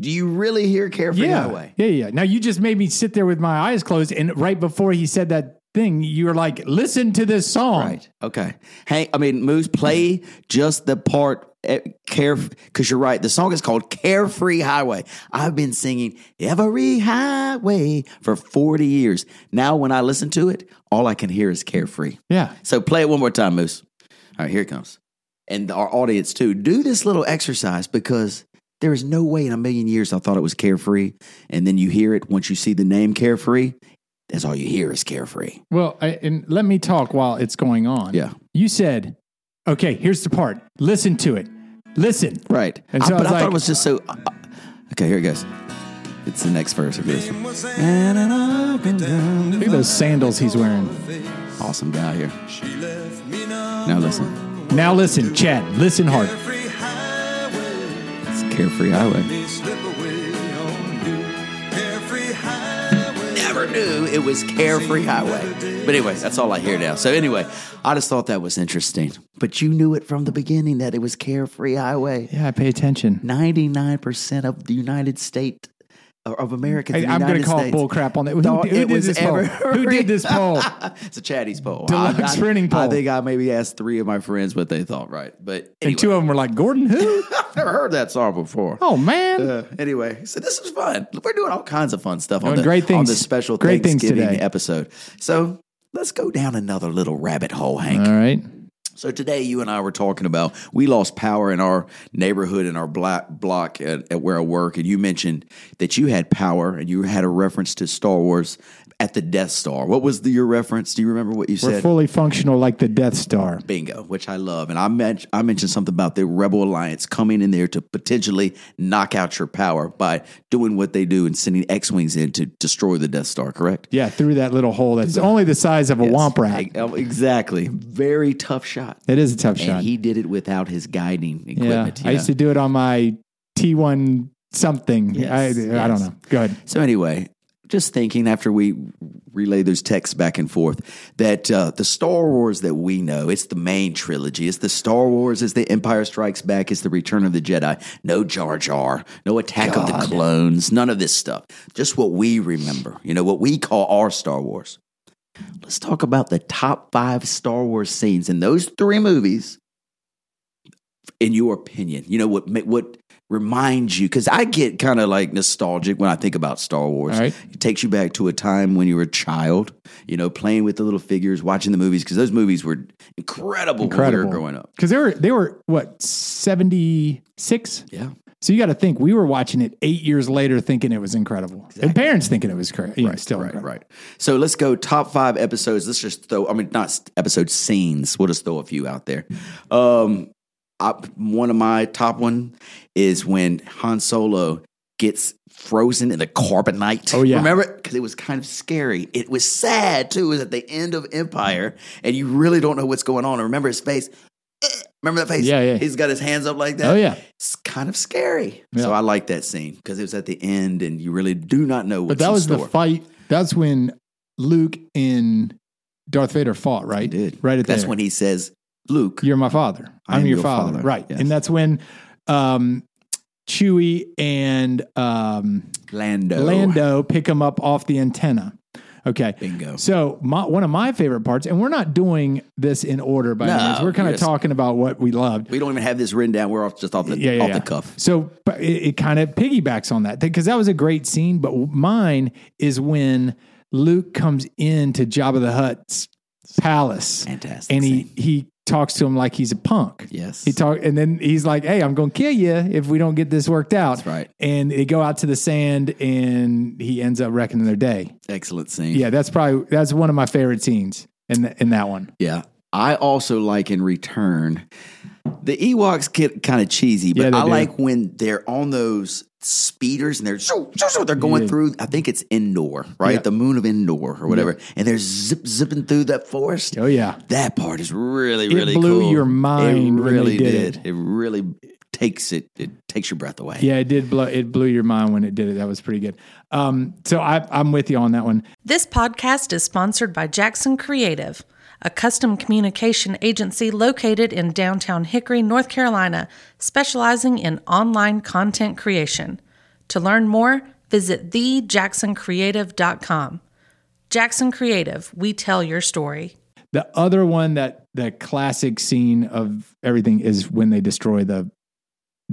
Speaker 2: do you really hear Carefree
Speaker 3: yeah.
Speaker 2: Highway?
Speaker 3: Yeah, yeah. Now you just made me sit there with my eyes closed, and right before he said that thing, you were like, "Listen to this song."
Speaker 2: Right. Okay. Hey, I mean, Moose, play just the part eh, care because you're right. The song is called "Carefree Highway." I've been singing "Every Highway" for 40 years. Now, when I listen to it, all I can hear is "Carefree."
Speaker 3: Yeah.
Speaker 2: So play it one more time, Moose. All right, here it comes. And our audience too. Do this little exercise because there is no way in a million years I thought it was carefree. And then you hear it once you see the name carefree. That's all you hear is carefree.
Speaker 3: Well, I, and let me talk while it's going on.
Speaker 2: Yeah.
Speaker 3: You said, "Okay, here's the part. Listen to it. Listen."
Speaker 2: Right.
Speaker 3: And
Speaker 2: I-
Speaker 3: so I
Speaker 2: but
Speaker 3: was
Speaker 2: I thought
Speaker 3: like-
Speaker 2: it was just so. uh, uh, okay, here it goes. It's the next verse. It goes.
Speaker 4: Name was Anne, and I'll be damned
Speaker 3: Look
Speaker 4: if
Speaker 3: at those sandals he's wearing.
Speaker 2: Awesome guy here.
Speaker 4: She left me now.
Speaker 2: Now listen.
Speaker 3: Now listen, Chad. Listen hard.
Speaker 4: Every highway
Speaker 2: It's Carefree Highway.
Speaker 4: me slip away on you. Every highway.
Speaker 2: Never knew it was Carefree Highway. But anyway, that's all I hear now. So anyway, I just thought that was interesting. But you knew it from the beginning that it was Carefree Highway.
Speaker 3: Yeah, pay attention.
Speaker 2: 99% of the United States or of Americans.
Speaker 3: I,
Speaker 2: in the
Speaker 3: am going
Speaker 2: United
Speaker 3: to call
Speaker 2: States
Speaker 3: bull crap on that. Who,
Speaker 2: thought
Speaker 3: who
Speaker 2: it
Speaker 3: did
Speaker 2: was
Speaker 3: this
Speaker 2: ever
Speaker 3: poll? Who did this poll?
Speaker 2: it's a Chatty's poll.
Speaker 3: Deluxe
Speaker 2: I, I,
Speaker 3: printing
Speaker 2: I
Speaker 3: poll.
Speaker 2: think I maybe asked three of my friends what they thought, right? But
Speaker 3: And
Speaker 2: anyway,
Speaker 3: two of them were like, "Gordon, who?"
Speaker 2: I've never heard that song before.
Speaker 3: Oh man.
Speaker 2: Uh, anyway, so this was fun. We're doing all kinds of fun stuff on,
Speaker 3: Doing
Speaker 2: the,
Speaker 3: great
Speaker 2: on
Speaker 3: things.
Speaker 2: this special
Speaker 3: Great things
Speaker 2: Thanksgiving
Speaker 3: today.
Speaker 2: episode. So let's go down another little rabbit hole, Hank.
Speaker 3: All right.
Speaker 2: So today, you and I were talking about we lost power in our neighborhood in our black block at, at where I work, and you mentioned that you had power and you had a reference to Star Wars at the Death Star. What was the, your reference? Do you remember what you
Speaker 3: We're
Speaker 2: said?
Speaker 3: fully functional like the Death Star.
Speaker 2: Bingo, which I love, and I, men- I mentioned something about the Rebel Alliance coming in there to potentially knock out your power by doing what they do and sending X wings in to destroy the Death Star. Correct?
Speaker 3: Yeah, through that little hole that's only the size of a womp rat.
Speaker 2: Yes. oh, Exactly. Very tough shot.
Speaker 3: It is a tough
Speaker 2: And
Speaker 3: shot.
Speaker 2: he did it without his guiding
Speaker 3: yeah.
Speaker 2: equipment. you
Speaker 3: I used
Speaker 2: know?
Speaker 3: to do it on my T1 something.
Speaker 2: Yes,
Speaker 3: I, I
Speaker 2: yes.
Speaker 3: don't know. Go ahead.
Speaker 2: So anyway, just thinking after we relay those texts back and forth that uh, the Star Wars that we know, it's the main trilogy. It's the Star Wars, it's the Empire Strikes Back, it's the Return of the Jedi. No Jar Jar, no Attack of the Clones, none of this stuff. Just what we remember, you know, what we call our Star Wars. Let's talk about the top five Star Wars scenes in those three movies. In your opinion, you know what? ma- What reminds you? Because I get kind of like nostalgic when I think about Star Wars.
Speaker 3: All right.
Speaker 2: It takes you back to a time when you were a child, you know, playing with the little figures, watching the movies, because those movies were incredible, when we
Speaker 3: Incredible.
Speaker 2: were growing up.
Speaker 3: Because they were, they were what, 76?
Speaker 2: Yeah.
Speaker 3: So you got to think, we were watching it eight years later thinking it was incredible. And parents thinking it was cra- you know, still
Speaker 2: right,
Speaker 3: incredible.
Speaker 2: right. So let's go top five episodes. Let's just throw, I mean, not s- episode scenes. We'll just throw a few out there. Um, I, one of my top one is when Han Solo gets frozen in the carbonite.
Speaker 3: Oh, yeah.
Speaker 2: Remember it? Because it was kind of scary. It was sad, too. It was at the end of Empire, and you really don't know what's going on. And remember his face. Eh, Remember that face?
Speaker 3: Yeah, yeah.
Speaker 2: He's got his hands up like that.
Speaker 3: Oh, yeah.
Speaker 2: It's kind of scary.
Speaker 3: Yeah.
Speaker 2: So I like that scene because it was at the end and you really do not know what's
Speaker 3: But that
Speaker 2: in
Speaker 3: was
Speaker 2: store.
Speaker 3: the fight. That's when Luke and Darth Vader fought, right?
Speaker 2: He did.
Speaker 3: Right at
Speaker 2: That's
Speaker 3: there.
Speaker 2: when he says, Luke.
Speaker 3: You're my father.
Speaker 2: I
Speaker 3: I'm
Speaker 2: am
Speaker 3: your
Speaker 2: your
Speaker 3: father.
Speaker 2: father.
Speaker 3: Right.
Speaker 2: Yes.
Speaker 3: And that's when um, Chewie and um,
Speaker 2: Lando.
Speaker 3: Lando pick him up off the antenna. Okay.
Speaker 2: Bingo.
Speaker 3: So my, one of my favorite parts, and we're not doing this in order by any
Speaker 2: No,
Speaker 3: means. We're kind
Speaker 2: yes.
Speaker 3: of talking about what we loved.
Speaker 2: We don't even have this written down. We're off, just off the,
Speaker 3: Yeah, yeah,
Speaker 2: off
Speaker 3: yeah.
Speaker 2: the cuff.
Speaker 3: So but it, it kind of piggybacks on that because that was a great scene. But mine is when Luke comes into Jabba the Hutt's palace
Speaker 2: Fantastic.
Speaker 3: and he
Speaker 2: scene.
Speaker 3: he talks to him like he's a punk.
Speaker 2: Yes.
Speaker 3: He talk and then he's like, "Hey, I'm going to kill you if we don't get this worked out."
Speaker 2: That's right.
Speaker 3: And they go out to the sand and he ends up wrecking their day.
Speaker 2: Excellent scene.
Speaker 3: Yeah, that's probably that's one of my favorite scenes in th- in that one.
Speaker 2: Yeah. I also like in return, the Ewoks get kind of cheesy, but
Speaker 3: Yeah, they
Speaker 2: I
Speaker 3: do.
Speaker 2: like when they're on those speeders and they're shoo, shoo, shoo, they're going
Speaker 3: Yeah.
Speaker 2: through. I think it's Endor, right?
Speaker 3: Yeah.
Speaker 2: The moon of Endor or whatever, and they're zip zipping through that forest.
Speaker 3: Oh yeah.
Speaker 2: That part is really
Speaker 3: It
Speaker 2: really
Speaker 3: blew
Speaker 2: cool.
Speaker 3: your mind
Speaker 2: It
Speaker 3: when they
Speaker 2: really
Speaker 3: did
Speaker 2: did. It really takes it. It takes your breath away.
Speaker 3: Yeah, it did blow it blew your mind when it did it. That was pretty good. Um so I I'm with you on that one.
Speaker 5: This podcast is sponsored by Jackson Creative, a custom communication agency located in downtown Hickory, North Carolina, specializing in online content creation. To learn more, visit thejacksoncreative.com. Jackson Creative, we tell your story.
Speaker 3: The other one that the classic scene of everything is when they destroy the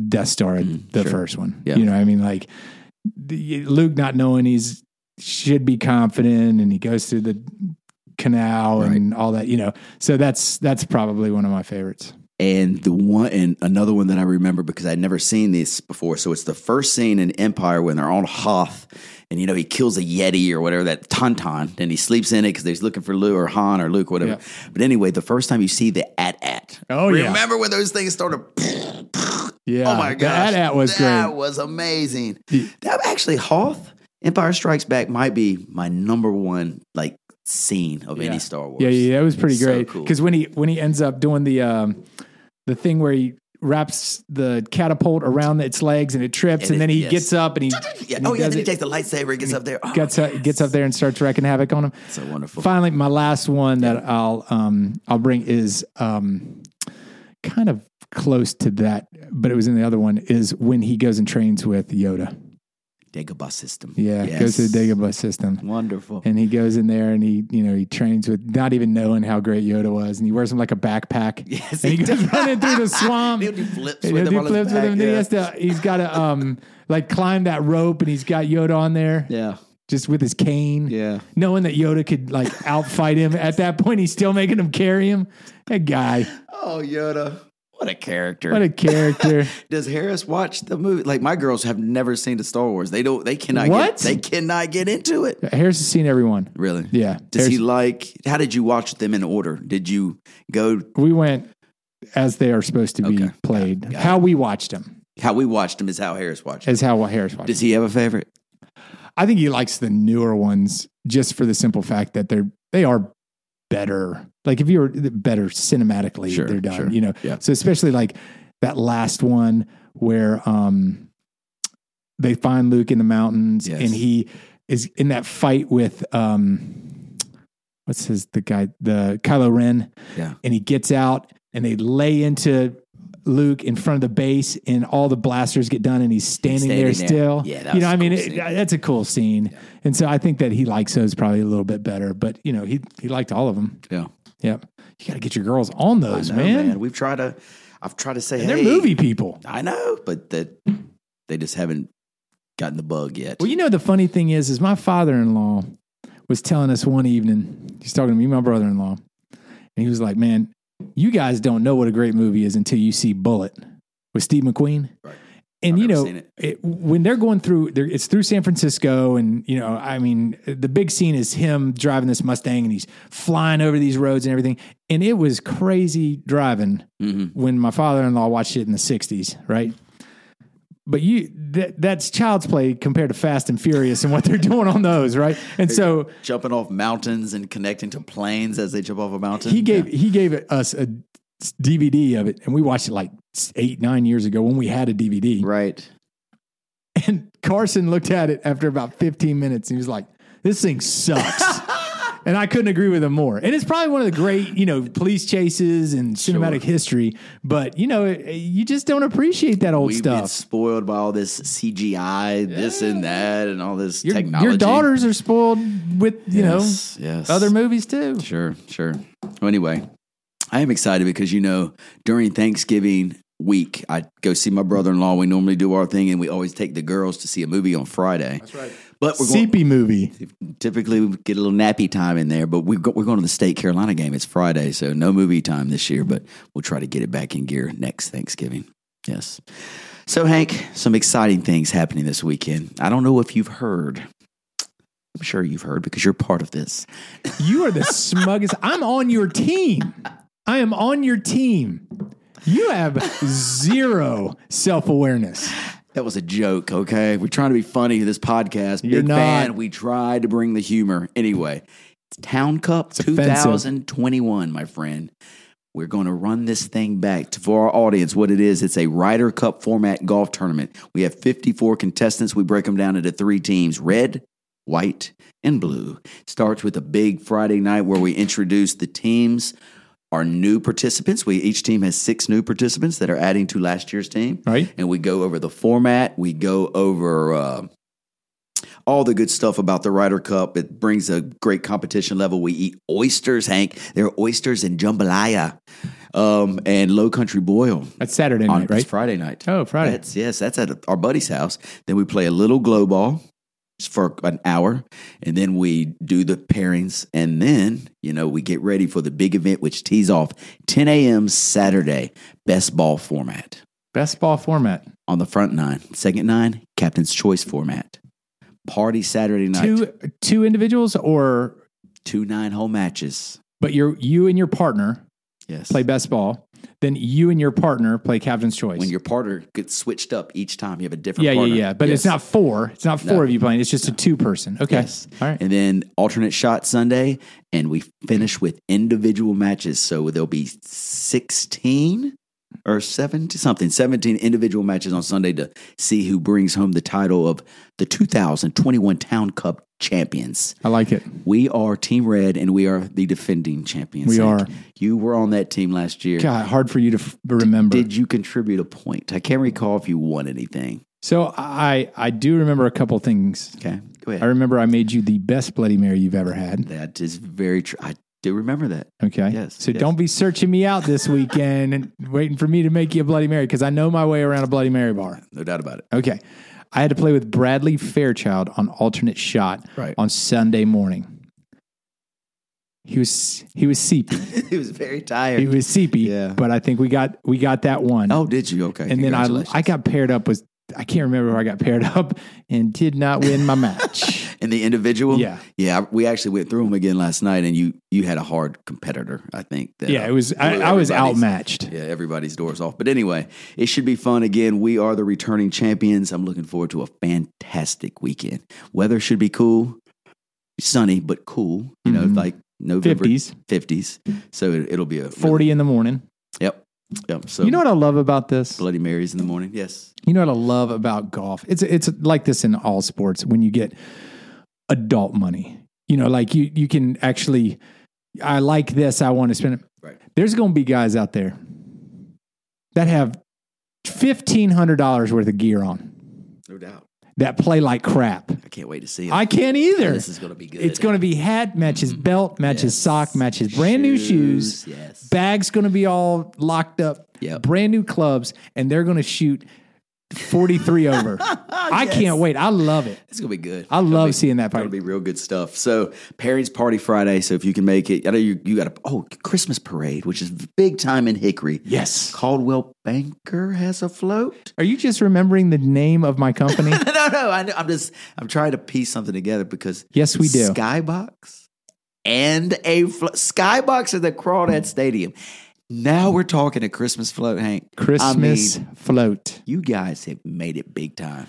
Speaker 3: Death Star, the first one.
Speaker 2: Mm, Yeah.
Speaker 3: You know, what I mean, like the, Luke not knowing he's should be confident, and he goes through the canal and all that. You know, so that's that's probably one of my favorites.
Speaker 2: And the one and another one that I remember because I'd never seen this before. So it's the first scene in Empire when they're on Hoth, and you know he kills a Yeti or whatever that tauntaun, and he sleeps in it because he's looking for Lou or Han or Luke, whatever. But anyway, the first time you see the at at,
Speaker 3: Oh, yeah. Uh,
Speaker 2: remember when those things started?
Speaker 3: Yeah,
Speaker 2: oh my gosh,
Speaker 3: that, that was
Speaker 2: that
Speaker 3: great.
Speaker 2: was amazing. That actually Hoth Empire Strikes Back might be my number one like scene of any Star Wars.
Speaker 3: Yeah, yeah, that was pretty
Speaker 2: So
Speaker 3: great.
Speaker 2: cool.
Speaker 3: Because when he when he ends up doing the um, the thing where he wraps the catapult around its legs and it trips,
Speaker 2: And
Speaker 3: and,
Speaker 2: it-
Speaker 3: then he
Speaker 2: yes.
Speaker 3: gets up and he
Speaker 2: Yeah.
Speaker 3: and
Speaker 2: Oh yeah,
Speaker 3: does
Speaker 2: then he
Speaker 3: it.
Speaker 2: takes the lightsaber, and gets up there. Oh,
Speaker 3: gets up, gets up there and starts wrecking havoc on him.
Speaker 2: so wonderful.
Speaker 3: Finally, my last one that I'll um I'll bring is um kind of close to that, but it was in the other one is when he goes and trains with Yoda.
Speaker 2: Dagobah system.
Speaker 3: Yeah,
Speaker 2: Yes.
Speaker 3: goes to the Dagobah system.
Speaker 2: Wonderful.
Speaker 3: And he goes in there and he, you know, he trains with not even knowing how great Yoda was. And he wears him like a backpack.
Speaker 2: Yes,
Speaker 3: and
Speaker 2: he
Speaker 3: he goes
Speaker 2: does.
Speaker 3: running through the swamp.
Speaker 2: He'll do flips
Speaker 3: And
Speaker 2: with
Speaker 3: he'll
Speaker 2: him
Speaker 3: do
Speaker 2: on his
Speaker 3: flips with
Speaker 2: back,
Speaker 3: him. Then he
Speaker 2: yeah.
Speaker 3: has to, he's got to um, like climb that rope and he's got Yoda on there.
Speaker 2: yeah.
Speaker 3: just with his cane.
Speaker 2: Yeah.
Speaker 3: Knowing that Yoda could like outfight him at that point, he's still making him carry him. That guy,
Speaker 2: Oh Yoda. What a character.
Speaker 3: what a character.
Speaker 2: Does Harris watch the movie? Like my girls have never seen the Star Wars. They don't they cannot
Speaker 3: What?
Speaker 2: get they cannot get into it.
Speaker 3: Harris has seen everyone.
Speaker 2: Really?
Speaker 3: Yeah.
Speaker 2: Does he
Speaker 3: Harris-
Speaker 2: like how did you watch them in order? Did you go
Speaker 3: we went as they are supposed to be
Speaker 2: Okay.
Speaker 3: played.
Speaker 2: Got it.
Speaker 3: how we watched him
Speaker 2: how we watched them is how Harris watched them.
Speaker 3: is how Harris watched
Speaker 2: Does
Speaker 3: him.
Speaker 2: he have a favorite?
Speaker 3: I think he likes the newer ones just for the simple fact that they're, they are better. Like if you were better cinematically,
Speaker 2: Sure,
Speaker 3: they're done,
Speaker 2: sure.
Speaker 3: you know?
Speaker 2: Yeah.
Speaker 3: So especially like that last one where um they find Luke in the mountains
Speaker 2: Yes.
Speaker 3: and he is in that fight with um what's his the guy the Kylo Ren
Speaker 2: Yeah.
Speaker 3: and he gets out and they lay into Luke in front of the base and all the blasters get done and he's standing,
Speaker 2: Standing
Speaker 3: there,
Speaker 2: there.
Speaker 3: still.
Speaker 2: Yeah, that
Speaker 3: you
Speaker 2: was
Speaker 3: know
Speaker 2: a
Speaker 3: I mean
Speaker 2: cool
Speaker 3: It-
Speaker 2: scene.
Speaker 3: that's a cool scene. And so I think that he likes those probably a little bit better, but you know, he he liked all of them.
Speaker 2: Yeah.
Speaker 3: Yep. You got to get your girls on those,
Speaker 2: No,
Speaker 3: man.
Speaker 2: We've tried to I've tried to say
Speaker 3: And they're
Speaker 2: hey,
Speaker 3: movie people.
Speaker 2: I know, but that they just haven't gotten the bug yet.
Speaker 3: Well, you know the funny thing is, is my father-in-law was telling us one evening. He's talking to me, my brother-in-law, and he was like, "Man, you guys don't know what a great movie is until you see Bullet with Steve McQueen."
Speaker 2: Right.
Speaker 3: And
Speaker 2: I've
Speaker 3: you
Speaker 2: never
Speaker 3: know,
Speaker 2: seen it.
Speaker 3: it- when they're going through, they're, it's through San Francisco, and you know, I mean, the big scene is him driving this Mustang, and he's flying over these roads and everything. And it was crazy driving
Speaker 2: Mm-hmm.
Speaker 3: when my father-in-law watched it in the '60s, right? but you that that's child's play compared to Fast and Furious and what they're doing on those, right? And so
Speaker 2: jumping off mountains and connecting to planes as they jump off a mountain.
Speaker 3: he gave he gave us a DVD of it, and we watched it like eight nine years ago when we had a DVD.
Speaker 2: right.
Speaker 3: And Carson looked at it after about fifteen minutes, and he was like, "This thing sucks." And I couldn't agree with him more. And it's probably one of the great, you know, police chases and cinematic history. But you know, it- you just don't appreciate that old
Speaker 2: We've been
Speaker 3: stuff.
Speaker 2: spoiled by all this CGI, this and that, and all this
Speaker 3: Your,
Speaker 2: technology.
Speaker 3: your daughters are spoiled with, you
Speaker 2: Yes,
Speaker 3: know,
Speaker 2: yes.
Speaker 3: other movies too.
Speaker 2: Sure, sure. Well, anyway, I am excited because you know during Thanksgiving week I go see my brother in law. We normally do our thing, and we always take the girls to see a movie on Friday. That's right. But we're going,
Speaker 3: Seepy movie.
Speaker 2: typically we get a little nappy time in there, but we've got, we're going to the State Carolina game. It's Friday, so no movie time this year, but we'll try to get it back in gear next Thanksgiving. Yes. So, Hank, some exciting things happening this weekend. I don't know if you've heard. I'm sure you've heard because you're part of this.
Speaker 3: You are the smuggest. I'm on your team. I am on your team. You have zero self awareness.
Speaker 2: That was a joke, okay? We're trying to be funny to this podcast.
Speaker 3: You're
Speaker 2: Big
Speaker 3: not.
Speaker 2: fan. We tried to bring the humor. Anyway, it's Town Cup
Speaker 3: offensive.
Speaker 2: 2021, my friend. We're going to run this thing back to, for our audience. What it is, it's a Ryder Cup format golf tournament. We have 54 contestants. We break them down into three teams red, white, and blue. Starts with a big Friday night where we introduce the teams, our new participants. We each team has six new participants that are adding to last year's team
Speaker 3: Right.
Speaker 2: and we go over the format. We go over uh, all the good stuff about the Ryder Cup. It brings a great competition level. We eat oysters, Hank. There are oysters and jambalaya um, and low country boil
Speaker 3: That's Saturday
Speaker 2: on
Speaker 3: night, right?
Speaker 2: it's Friday night.
Speaker 3: Oh, Friday.
Speaker 2: That's, yes, that's at our buddy's house. Then we play a little glow ball for an hour, and then we do the pairings, and then you know we get ready for the big event, which tees off 10 a.m. Saturday. Best ball format
Speaker 3: Best ball format.
Speaker 2: on the front nine. Second nine, captain's choice format. Party Saturday night.
Speaker 3: Two two individuals or
Speaker 2: Two nine hole matches.
Speaker 3: but you're you and your partner
Speaker 2: Yes.
Speaker 3: play best ball. Then you and your partner play captain's choice.
Speaker 2: when your partner gets switched up each time, you have a different
Speaker 3: yeah, yeah,
Speaker 2: partner.
Speaker 3: yeah. But it's
Speaker 2: Yes.
Speaker 3: not four. It's not four
Speaker 2: No.
Speaker 3: of you playing. It's just a two person. Okay.
Speaker 2: Yes.
Speaker 3: All right.
Speaker 2: And then alternate shot Sunday, and we finish with individual matches. So there'll be 16 or 17, something, 17 individual matches on Sunday to see who brings home the title of the 2021 Town Cup champions.
Speaker 3: I like it.
Speaker 2: We are Team Red, and we are the defending champions.
Speaker 3: We
Speaker 2: Hank.
Speaker 3: are.
Speaker 2: You were on that team last year.
Speaker 3: God, hard for you to f- remember.
Speaker 2: Did you contribute a point? I can't recall if you won anything.
Speaker 3: so I I do remember a couple things.
Speaker 2: Okay, go
Speaker 3: I
Speaker 2: ahead.
Speaker 3: remember I made you the best Bloody Mary you've ever had.
Speaker 2: That is very true. I do remember that.
Speaker 3: Okay.
Speaker 2: Yes,
Speaker 3: So
Speaker 2: yes.
Speaker 3: don't be searching me out this weekend and waiting for me to make you a Bloody Mary because I know my way around a Bloody Mary bar.
Speaker 2: No doubt about it.
Speaker 3: Okay. I had to play with Bradley Fairchild on alternate shot
Speaker 2: Right.
Speaker 3: on Sunday morning. He was he was seepy.
Speaker 2: he was very tired.
Speaker 3: he was seepy.
Speaker 2: Yeah.
Speaker 3: But I think we got we got that one.
Speaker 2: oh, did you? Okay.
Speaker 3: and then I
Speaker 2: Congratulations.
Speaker 3: I got paired up with I can't remember where I got paired up and did not win my match.
Speaker 2: and the individual.
Speaker 3: Yeah.
Speaker 2: yeah. I- We actually went through them again last night, and you you had a hard competitor. I think. That,
Speaker 3: yeah,
Speaker 2: uh,
Speaker 3: it was I,
Speaker 2: blew
Speaker 3: I was
Speaker 2: everybody's-
Speaker 3: outmatched.
Speaker 2: Yeah, everybody's doors off. But anyway, it should be fun again. We are the returning champions. I'm looking forward to a fantastic weekend. Weather should be cool, sunny but cool. You know,
Speaker 3: Mhm.
Speaker 2: like November
Speaker 3: Fifties,
Speaker 2: 50s. So it, it'll be a
Speaker 3: forty in the morning.
Speaker 2: Yep, yep. So
Speaker 3: You know what I love about this?
Speaker 2: Bloody Marys in the morning. Yes,
Speaker 3: You know what I love about golf? It's it's like this in all sports when you get adult money. You know, like you you can actually I like this, I want to spend it.
Speaker 2: Right.
Speaker 3: There's going to be guys out there that have $1500 worth of gear on
Speaker 2: no doubt.
Speaker 3: that play like crap.
Speaker 2: I can't wait to see it.
Speaker 3: I can't either.
Speaker 2: This is going to be good. Mm-hmm.
Speaker 3: It's going to be hat matches belt matches
Speaker 2: Yes.
Speaker 3: sock matches brand new shoes
Speaker 2: Yes.
Speaker 3: bag's going to be all locked up,
Speaker 2: Yep.
Speaker 3: brand new clubs, and they're going to shoot 43 over. I can't wait. I love it.
Speaker 2: It's gonna be good.
Speaker 3: I love seeing that
Speaker 2: It's gonna
Speaker 3: part.
Speaker 2: be real good stuff. So parents party Friday. So if you can make it, I know you you got a oh Christmas parade, which is big time in Hickory.
Speaker 3: Yes.
Speaker 2: Caldwell Banker has a float.
Speaker 3: Are you just remembering the name of my company?
Speaker 2: no, no, I, know- I'm just I'm trying to piece something together because
Speaker 3: Yes, we do.
Speaker 2: Skybox and a flo- Skybox at the Crawdad Stadium. Now we're talking a Christmas float, Hank.
Speaker 3: Christmas
Speaker 2: I mean,
Speaker 3: float.
Speaker 2: you guys have made it big time.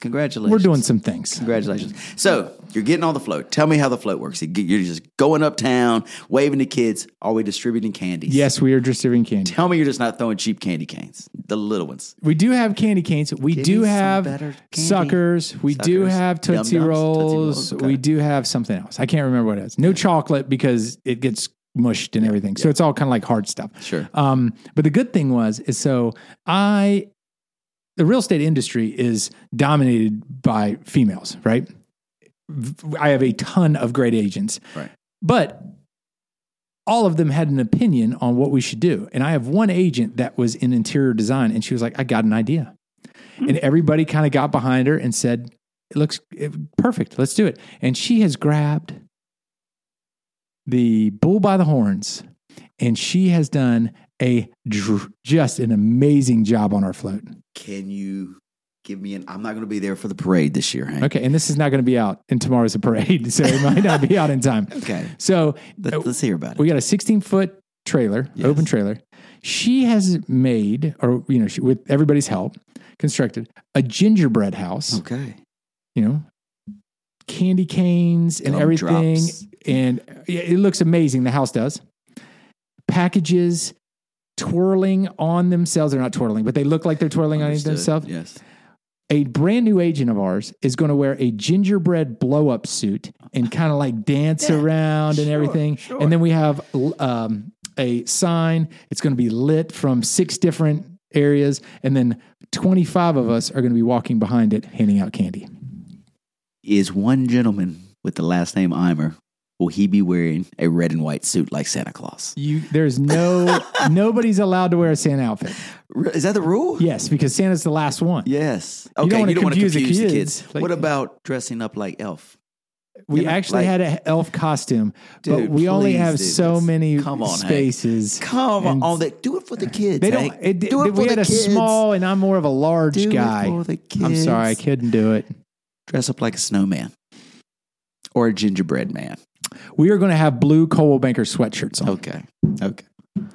Speaker 2: Congratulations.
Speaker 3: We're doing some things.
Speaker 2: Congratulations. So you're getting on the float. Tell me how the float works. You get- You're just going uptown, waving to kids. Are we distributing candies?
Speaker 3: Yes, we are distributing candy.
Speaker 2: Tell me you're just not throwing cheap candy canes, the little ones.
Speaker 3: We do have candy canes. We
Speaker 2: Give
Speaker 3: do
Speaker 2: me some
Speaker 3: have
Speaker 2: better candy.
Speaker 3: suckers. We do
Speaker 2: Suckers.
Speaker 3: have
Speaker 2: Yum-yums,
Speaker 3: Tootsie
Speaker 2: Tootsie
Speaker 3: Rolls.
Speaker 2: Rolls, okay.
Speaker 3: We do have something else. I can't remember what it is. No chocolate because it gets mushed and everything. So it's all kind of like hard stuff.
Speaker 2: Sure.
Speaker 3: Um, but the good thing was is so I the real estate industry is dominated by females, right? V- I have a ton of great agents.
Speaker 2: Right.
Speaker 3: But all of them had an opinion on what we should do. And I have one agent that was
Speaker 2: Hmm.
Speaker 3: in interior design and she was like, I got an idea. And everybody kind of got behind her and said, it looks eh, perfect. Let's do it. And she has grabbed the bull by the horns and she has done a dr- just an amazing job on our float.
Speaker 2: Can you give me an? I'm not going to be there for the parade this year, Hank.
Speaker 3: Okay. And this is not going to be out and tomorrow's a parade. So it might not be out in time.
Speaker 2: Okay.
Speaker 3: So
Speaker 2: Let,
Speaker 3: uh,
Speaker 2: us hear about it.
Speaker 3: we got a 16 foot trailer,
Speaker 2: Yes.
Speaker 3: open trailer. She has made, or, you know, she, with everybody's help, constructed a gingerbread house,
Speaker 2: Okay.
Speaker 3: you know, candy canes and
Speaker 2: Gum
Speaker 3: everything.
Speaker 2: drops.
Speaker 3: And yeah, it looks amazing. The house does. Packages twirling on themselves. They're not twirling, but they look like they're twirling
Speaker 2: Understood.
Speaker 3: on themselves.
Speaker 2: Yes.
Speaker 3: A brand new agent of ours is going to wear a gingerbread blow up suit and kind of like dance around and
Speaker 2: sure,
Speaker 3: everything.
Speaker 2: sure.
Speaker 3: And then we have l- um, a sign. It's going to be lit from six different areas. And then 25 of us are going to be walking behind it, handing out candy.
Speaker 2: Is one gentleman with the last name Eimer? Will he be wearing a red and white suit like Santa Claus?
Speaker 3: You, there's no, nobody's allowed to wear a Santa outfit.
Speaker 2: R- Is that the rule?
Speaker 3: Yes, because Santa's the last one.
Speaker 2: Yes.
Speaker 3: You don't
Speaker 2: Okay.
Speaker 3: wanna
Speaker 2: You don't want to
Speaker 3: confuse the
Speaker 2: confuse the
Speaker 3: kids.
Speaker 2: kids.
Speaker 3: Like-
Speaker 2: what about dressing up like Elf?
Speaker 3: we
Speaker 2: Yeah,
Speaker 3: actually
Speaker 2: like-
Speaker 3: had an elf costume, but
Speaker 2: Dude,
Speaker 3: we only
Speaker 2: please
Speaker 3: have
Speaker 2: do
Speaker 3: so
Speaker 2: this.
Speaker 3: many
Speaker 2: Come on, Hank.
Speaker 3: spaces.
Speaker 2: Come
Speaker 3: and
Speaker 2: on, that do it for the kids.
Speaker 3: They
Speaker 2: Hank.
Speaker 3: don't. It,
Speaker 2: do it for
Speaker 3: we
Speaker 2: the
Speaker 3: had a
Speaker 2: kids.
Speaker 3: small, and I'm more of a large
Speaker 2: do
Speaker 3: guy.
Speaker 2: It for the kids.
Speaker 3: I'm sorry, I couldn't do it.
Speaker 2: Dress up like a snowman or a gingerbread man.
Speaker 3: We are going to have blue Coldwell Banker sweatshirts on.
Speaker 2: Okay. Okay.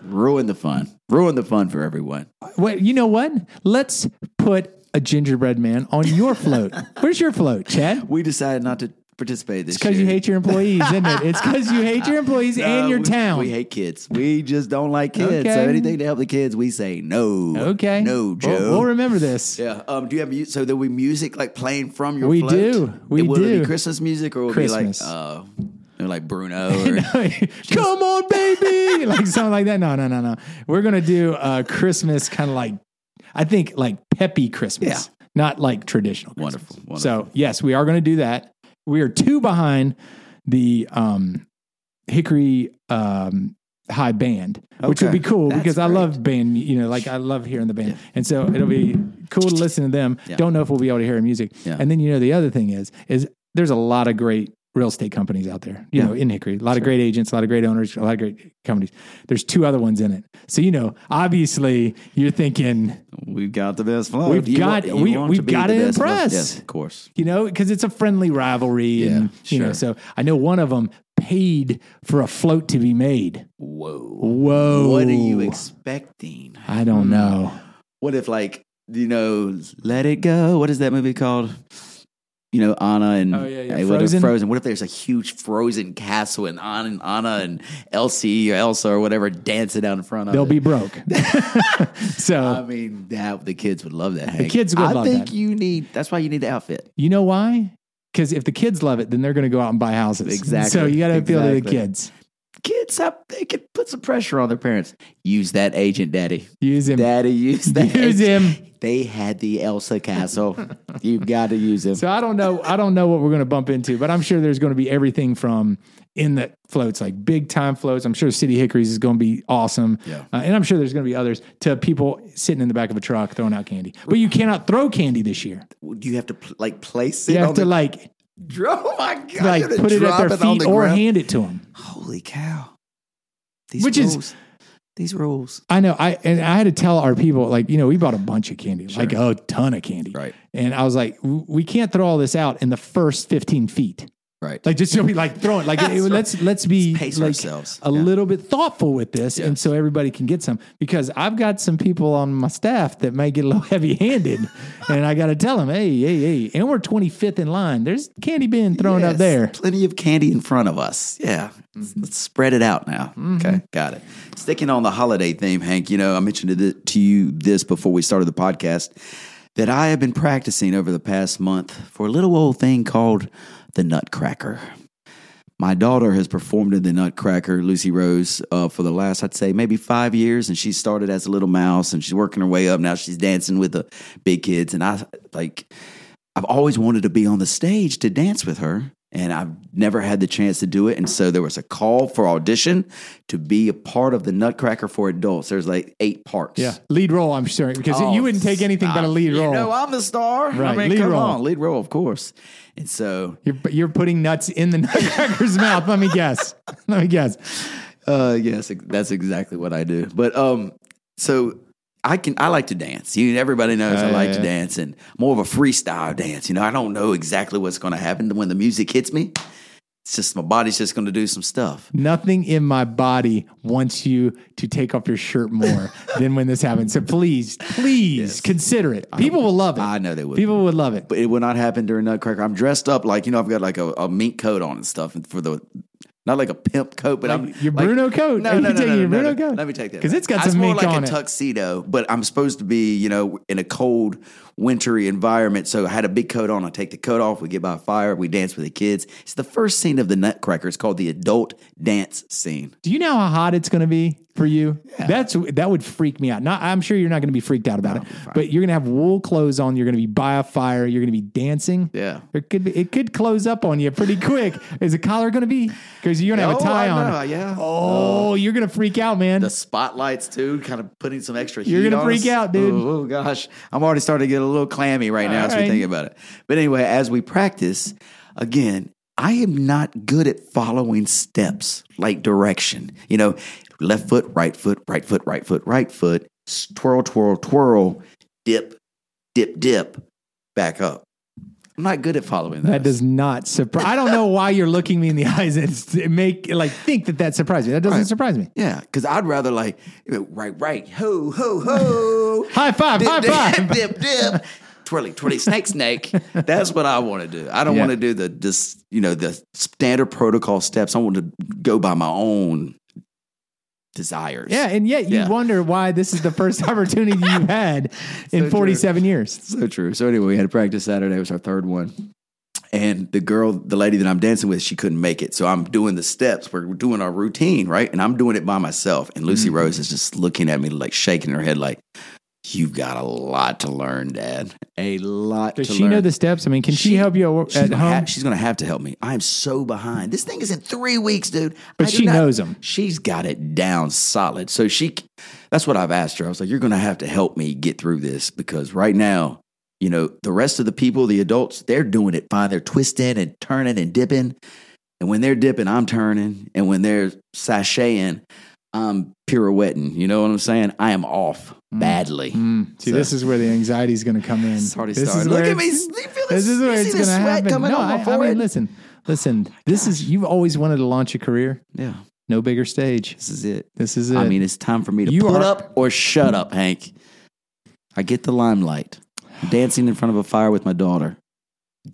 Speaker 2: Ruin the fun. Ruin the fun for everyone.
Speaker 3: Wait, you know what? Let's put a gingerbread man on your float. Where's your float, Chad?
Speaker 2: We decided not to participate this
Speaker 3: It's because
Speaker 2: year.
Speaker 3: you hate your employees, isn't it? It's because you hate your employees
Speaker 2: No,
Speaker 3: and your
Speaker 2: we-
Speaker 3: town.
Speaker 2: We hate kids. We just don't like kids. So
Speaker 3: Okay.
Speaker 2: anything to help the kids, we say no.
Speaker 3: okay.
Speaker 2: No,
Speaker 3: We'll-
Speaker 2: Joe.
Speaker 3: We'll, remember this.
Speaker 2: yeah. Um, do you have mu- so there'll be music like playing from your
Speaker 3: We
Speaker 2: float?
Speaker 3: do. We
Speaker 2: it, will it
Speaker 3: do.
Speaker 2: be Christmas music or will
Speaker 3: Christmas.
Speaker 2: it be like uh you know, like Bruno or
Speaker 3: Come on, baby, like something like that. No, no, no, no. We're gonna do uh, Christmas, kind of like I think like peppy Christmas, not like traditional. Christmas.
Speaker 2: Wonderful, wonderful.
Speaker 3: So yes, we are gonna do that. We are two behind the um, Hickory um, High Band, which would
Speaker 2: Okay.
Speaker 3: be cool
Speaker 2: That's
Speaker 3: because I
Speaker 2: great.
Speaker 3: love band. You know, like I love hearing the band, and so it'll be cool to listen to them.
Speaker 2: Yeah.
Speaker 3: Don't know if we'll be able to hear music.
Speaker 2: Yeah.
Speaker 3: And then you know the other thing is is there's a lot of great real estate companies out there. You
Speaker 2: Yeah.
Speaker 3: know, in Hickory, a lot of great agents, a lot of great owners, a lot of great companies. There's two other ones in it. So you know, obviously, you're thinking,
Speaker 2: We've got the best flow.
Speaker 3: We've got- we- we've gotta impress.
Speaker 2: Yes, of course.
Speaker 3: you know, because it's a friendly rivalry, and
Speaker 2: Yeah,
Speaker 3: you know.
Speaker 2: sure.
Speaker 3: So I know one of them paid for a float to be made.
Speaker 2: Whoa.
Speaker 3: Whoa!
Speaker 2: What are you expecting?
Speaker 3: I don't know.
Speaker 2: What if like you know, let it go? What is that movie called? You know, Anna and
Speaker 3: Oh, yeah, yeah.
Speaker 2: Hey, What
Speaker 3: Frozen?
Speaker 2: if Frozen. What if there's a huge frozen castle and Anna and Anna and Elsie or Elsa or whatever dancing out in front of
Speaker 3: They'll
Speaker 2: it?
Speaker 3: be broke. so
Speaker 2: I mean, that the kids would love that. Hank.
Speaker 3: Uh, kids would
Speaker 2: I
Speaker 3: love
Speaker 2: think
Speaker 3: that.
Speaker 2: you need. That's why you need the outfit.
Speaker 3: you know why? Because if the kids love it, then they're going to go out and buy houses.
Speaker 2: Exactly.
Speaker 3: So you got to appeal to the
Speaker 2: Exactly.
Speaker 3: kids.
Speaker 2: Kids up. They could put some pressure on their parents. Use that agent, daddy.
Speaker 3: Use him.
Speaker 2: Daddy, use that.
Speaker 3: Use him.
Speaker 2: They had the Elsa castle. You've got to use him.
Speaker 3: So I don't know. I don't know what we're going to bump into, but I'm sure there's going to be everything from in the floats, like big time floats. I'm sure City Hickories is going to be awesome,
Speaker 2: Yeah.
Speaker 3: uh, and I'm sure there's going to be others to people sitting in the back of a truck throwing out candy. But you cannot throw candy this year.
Speaker 2: Do you have to pl- like place it
Speaker 3: You
Speaker 2: on
Speaker 3: have to
Speaker 2: the
Speaker 3: like
Speaker 2: drum? Oh my god!
Speaker 3: like
Speaker 2: you have to
Speaker 3: put it at
Speaker 2: drop
Speaker 3: their
Speaker 2: it on
Speaker 3: feet
Speaker 2: the
Speaker 3: or
Speaker 2: ground.
Speaker 3: hand it to them.
Speaker 2: Holy cow! These
Speaker 3: Which is-
Speaker 2: rules. these rules.
Speaker 3: I know. I and I had to tell our people, like, you know, we bought a bunch of candy, like a ton of candy.
Speaker 2: Right.
Speaker 3: And I was like, "W- we can't throw all this out in the first 15 feet.
Speaker 2: Right.
Speaker 3: Like just don't be like throwing like it- let's let's be
Speaker 2: Let's pace
Speaker 3: like,
Speaker 2: ourselves.
Speaker 3: a
Speaker 2: Yeah.
Speaker 3: little bit thoughtful with this and
Speaker 2: Yes.
Speaker 3: so everybody can get some because I've got some people on my staff that may get a little heavy-handed and I got to tell them hey hey hey and we're 25th in line there's candy being thrown up
Speaker 2: Yes,
Speaker 3: there Mm-hmm.
Speaker 2: Plenty of candy in front of us. Yeah. Let's- Let's spread it out now. Okay. Got it. Sticking on the holiday theme, Hank, you know, I mentioned to, th- to you this before we started the podcast that I have been practicing over the past month for a little old thing called the Nutcracker. My daughter has performed in the Nutcracker, Lucy Rose, uh, for the last, I'd say, maybe five years. And she started as a little mouse and she's working her way up. Now she's dancing with the big kids. And I, like, I've always wanted to be on the stage to dance with her. and I've never had the chance to do it. And so there was a call for audition to be a part of the Nutcracker for adults. There's like eight parts.
Speaker 3: Yeah, lead role. I'm sure because you wouldn't take anything but a lead
Speaker 2: Oh, You
Speaker 3: role.
Speaker 2: know, I'm the star.
Speaker 3: Right,
Speaker 2: I mean,
Speaker 3: lead
Speaker 2: come
Speaker 3: role.
Speaker 2: on, lead role, of course. And so
Speaker 3: You're, you're putting nuts in the nutcracker's mouth. Let me guess. Let me guess.
Speaker 2: Uh, yes, ex- that's exactly what I do. But um, so I can I like to dance. You everybody knows I
Speaker 3: yeah,
Speaker 2: like
Speaker 3: yeah.
Speaker 2: to dance and more of a freestyle dance. You know, I don't know exactly what's going to happen when the music hits me. It's just my body's just going to do some stuff.
Speaker 3: Nothing in my body wants you to take off your shirt more than when this happens. So please, please consider it. People will love it.
Speaker 2: I know they would.
Speaker 3: People would love it.
Speaker 2: But it will not happen during Nutcracker. I'm dressed up like you know I've got like a, a mink coat on and stuff and for the. Not like a pimp coat, but
Speaker 3: Like
Speaker 2: I'm
Speaker 3: your
Speaker 2: like-
Speaker 3: Bruno coat.
Speaker 2: No, no,
Speaker 3: Are you
Speaker 2: no, no,
Speaker 3: taking
Speaker 2: no,
Speaker 3: your
Speaker 2: no,
Speaker 3: Bruno
Speaker 2: no.
Speaker 3: coat?
Speaker 2: Let me take that
Speaker 3: 'Cause
Speaker 2: back.
Speaker 3: it's got
Speaker 2: I
Speaker 3: some
Speaker 2: was more
Speaker 3: mink
Speaker 2: like
Speaker 3: on
Speaker 2: a
Speaker 3: it.
Speaker 2: tuxedo, but I'm supposed to be, you know, in a cold, wintry environment. So I had a big coat on. I take the coat off. We get by a fire. We dance with the kids. It's the first scene of the Nutcracker. It's called the adult dance scene.
Speaker 3: Do you know how hot it's going to be for you? That's that would freak me out. Not, I'm sure you're not going to be freaked out about it, but you're going to have wool clothes on. You're going to be by a fire. You're going to be dancing.
Speaker 2: Yeah.
Speaker 3: it could be, it could close up on you pretty quick. Is the collar going to be? Because you're going to have a
Speaker 2: Oh, I
Speaker 3: tie on.
Speaker 2: know, yeah.
Speaker 3: Oh, you're going to freak out, man.
Speaker 2: The spotlights too, kind of putting some extra.
Speaker 3: You're
Speaker 2: heat
Speaker 3: gonna
Speaker 2: on
Speaker 3: freak
Speaker 2: us.
Speaker 3: out, dude.
Speaker 2: Oh, oh, gosh, I'm already starting to get a little clammy right now as
Speaker 3: All right.
Speaker 2: we think about it. But anyway, as we practice, again, I am not good at following steps like direction. You know, left foot, right foot, right foot, right foot, right foot, s- twirl, twirl, twirl, dip, dip, dip, back up. I'm not good at following those.
Speaker 3: That does not surprise. I don't know why you're looking me in the eyes and s- make like think that that surprised me. That doesn't
Speaker 2: Right.
Speaker 3: surprise me.
Speaker 2: Yeah, because I'd rather like you know, right, right, ho, ho, ho,
Speaker 3: High five,
Speaker 2: dip,
Speaker 3: high
Speaker 2: dip,
Speaker 3: five.
Speaker 2: dip, dip, twirly, twirly, snake, snake. That's what I want to do. I don't
Speaker 3: Yeah.
Speaker 2: want to do the this, you know, the standard protocol steps. I want to go by my own desires.
Speaker 3: Yeah, and yet you
Speaker 2: Yeah.
Speaker 3: wonder why this is the first opportunity you've had in
Speaker 2: true.
Speaker 3: 47 years.
Speaker 2: so true. So anyway, we had practice Saturday. It was our third one. And the girl, the lady that I'm dancing with, she couldn't make it. So I'm doing the steps. We're doing our routine, right? And I'm doing it by myself. And
Speaker 3: Mm-hmm.
Speaker 2: Lucy Rose is just looking at me, like shaking her head, like, You've got a lot to learn, Dad. A lot
Speaker 3: Does
Speaker 2: to
Speaker 3: she
Speaker 2: learn.
Speaker 3: know the steps? I mean, can she,
Speaker 2: She-
Speaker 3: help you at,
Speaker 2: She's
Speaker 3: at
Speaker 2: gonna,
Speaker 3: home?
Speaker 2: have, she's gonna have to help me. I am so behind. This thing is in three weeks, dude.
Speaker 3: But
Speaker 2: I do
Speaker 3: she knows 'em.
Speaker 2: She's got it down solid. So she, that's what I've asked her. I was like, you're gonna have to help me get through this because right now, you know, the rest of the people, the adults, they're doing it fine. They're twisting and turning and dipping. And when they're dipping, I'm turning. And when they're sashaying, I'm pirouetting. You know what I'm saying? I am off badly.
Speaker 3: Mm. See,
Speaker 2: Hmm. So-
Speaker 3: this is where the anxiety is going to come in.
Speaker 2: It's already
Speaker 3: This is
Speaker 2: started.
Speaker 3: where
Speaker 2: Look at me. You
Speaker 3: it's-
Speaker 2: feel this,
Speaker 3: This is where
Speaker 2: you
Speaker 3: it's
Speaker 2: see
Speaker 3: going
Speaker 2: the
Speaker 3: to
Speaker 2: sweat
Speaker 3: happen.
Speaker 2: coming
Speaker 3: No,
Speaker 2: on my
Speaker 3: I, I
Speaker 2: forehead? Oh
Speaker 3: mean, listen, listen. this is you've always wanted to launch a career.
Speaker 2: Yeah,
Speaker 3: No bigger stage.
Speaker 2: this is it.
Speaker 3: This is it.
Speaker 2: I mean, it's time for me to
Speaker 3: You
Speaker 2: put
Speaker 3: are-
Speaker 2: up or shut up, Hank. I get the limelight. Dancing in front of a fire with my daughter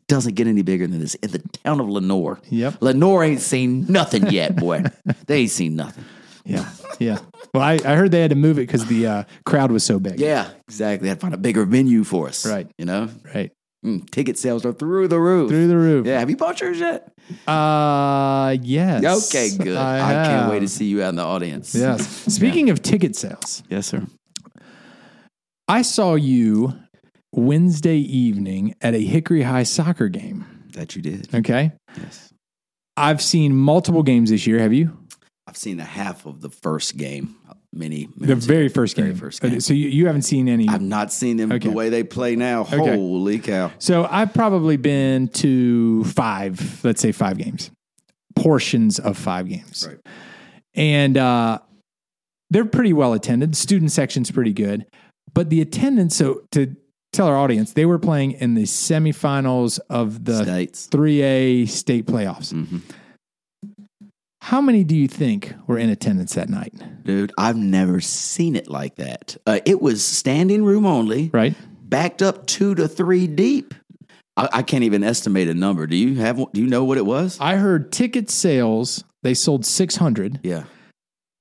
Speaker 2: doesn't get any bigger than this. In the town of Lenore,
Speaker 3: Yep.
Speaker 2: Lenore ain't seen nothing yet, boy. they ain't seen nothing.
Speaker 3: Yeah. Yeah. Well, I, I heard they had to move it because the uh, crowd was so big.
Speaker 2: Yeah, exactly. I'd find a bigger venue for us,
Speaker 3: Right.
Speaker 2: You know,
Speaker 3: Right.
Speaker 2: Mm, ticket sales are through the roof.
Speaker 3: Through the roof.
Speaker 2: yeah, have you bought yours yet?
Speaker 3: Uh, yes.
Speaker 2: Okay, good. I, can't wait to see you out in the audience.
Speaker 3: Yes. Speaking of ticket sales,
Speaker 2: yes, sir.
Speaker 3: I saw you Wednesday evening at a Hickory High soccer game.
Speaker 2: That you did.
Speaker 3: Okay.
Speaker 2: Yes,
Speaker 3: I've seen multiple games this year. Have you?
Speaker 2: I've seen the half of the first game. uh, Many,
Speaker 3: The very first game.
Speaker 2: Very first game.
Speaker 3: So you, you haven't seen any.
Speaker 2: I've not seen them
Speaker 3: Okay.
Speaker 2: the way they play now.
Speaker 3: Okay.
Speaker 2: Holy cow.
Speaker 3: so I've probably been to five, let's say five games, portions of five games.
Speaker 2: Right.
Speaker 3: And uh, they're pretty well attended. Student section's pretty good. But the attendance, so to tell our audience, they were playing in the semifinals of the
Speaker 2: States.
Speaker 3: 3A state playoffs.
Speaker 2: Mhm.
Speaker 3: How many do you think were in attendance that night?
Speaker 2: Dude, I've never seen it like that. Uh, it was standing room only,
Speaker 3: Right?
Speaker 2: backed up two to three deep. I, I can't even estimate a number. Do you have? one- Do you know what it was?
Speaker 3: I heard ticket sales, they sold 600,
Speaker 2: yeah,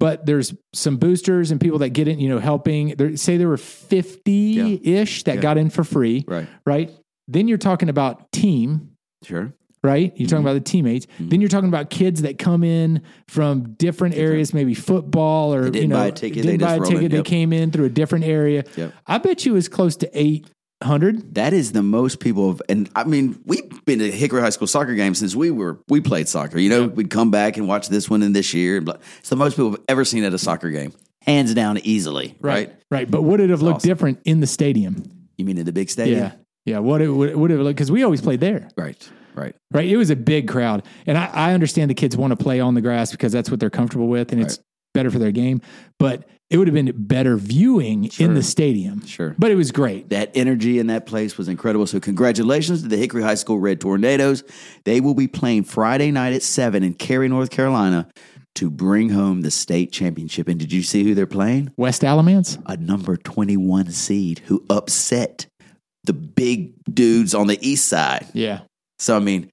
Speaker 3: but there's some boosters and people that get in, you know, helping. There, say there were 50 ish that
Speaker 2: Yeah.
Speaker 3: got in for free,
Speaker 2: right,
Speaker 3: right? Then you're talking about team,
Speaker 2: sure.
Speaker 3: right?
Speaker 2: Mm-hmm.
Speaker 3: You're talking about the teammates. Then you're talking about kids that come in from different areas, maybe football or
Speaker 2: didn't
Speaker 3: you know,
Speaker 2: buy a ticket, they
Speaker 3: didn't
Speaker 2: just
Speaker 3: buy a
Speaker 2: roll in,
Speaker 3: ticket. They
Speaker 2: yep.
Speaker 3: came in through a different area.
Speaker 2: Yep.
Speaker 3: I bet you it was close to eight hundred.
Speaker 2: That is the most people have, and I mean, we've been to Hickory High School soccer games since we were we played soccer. You know, we'd come back and watch this one and this year. And blah. It's the most people have ever seen at a soccer game, hands down, easily. Right?
Speaker 3: right, But would it have looked
Speaker 2: awesome.
Speaker 3: different in the stadium?
Speaker 2: You mean in the big
Speaker 3: Yeah,
Speaker 2: stadium?
Speaker 3: yeah. What it would, would it have looked because we always played there.
Speaker 2: Right. Right.
Speaker 3: right? It was a big crowd. And I, I understand the kids want to play on the grass because that's what they're comfortable with and it's better for their game. But it would have been better viewing in the stadium.
Speaker 2: Sure.
Speaker 3: But it was great.
Speaker 2: That energy in that place was incredible. So congratulations to the Hickory High School Red Tornadoes. They will be playing Friday night at seven in Cary, North Carolina, to bring home the state championship. And did you see who they're playing?
Speaker 3: West Alamance?
Speaker 2: a number 21 seed who upset the big dudes on the east side.
Speaker 3: Yeah.
Speaker 2: So, I mean,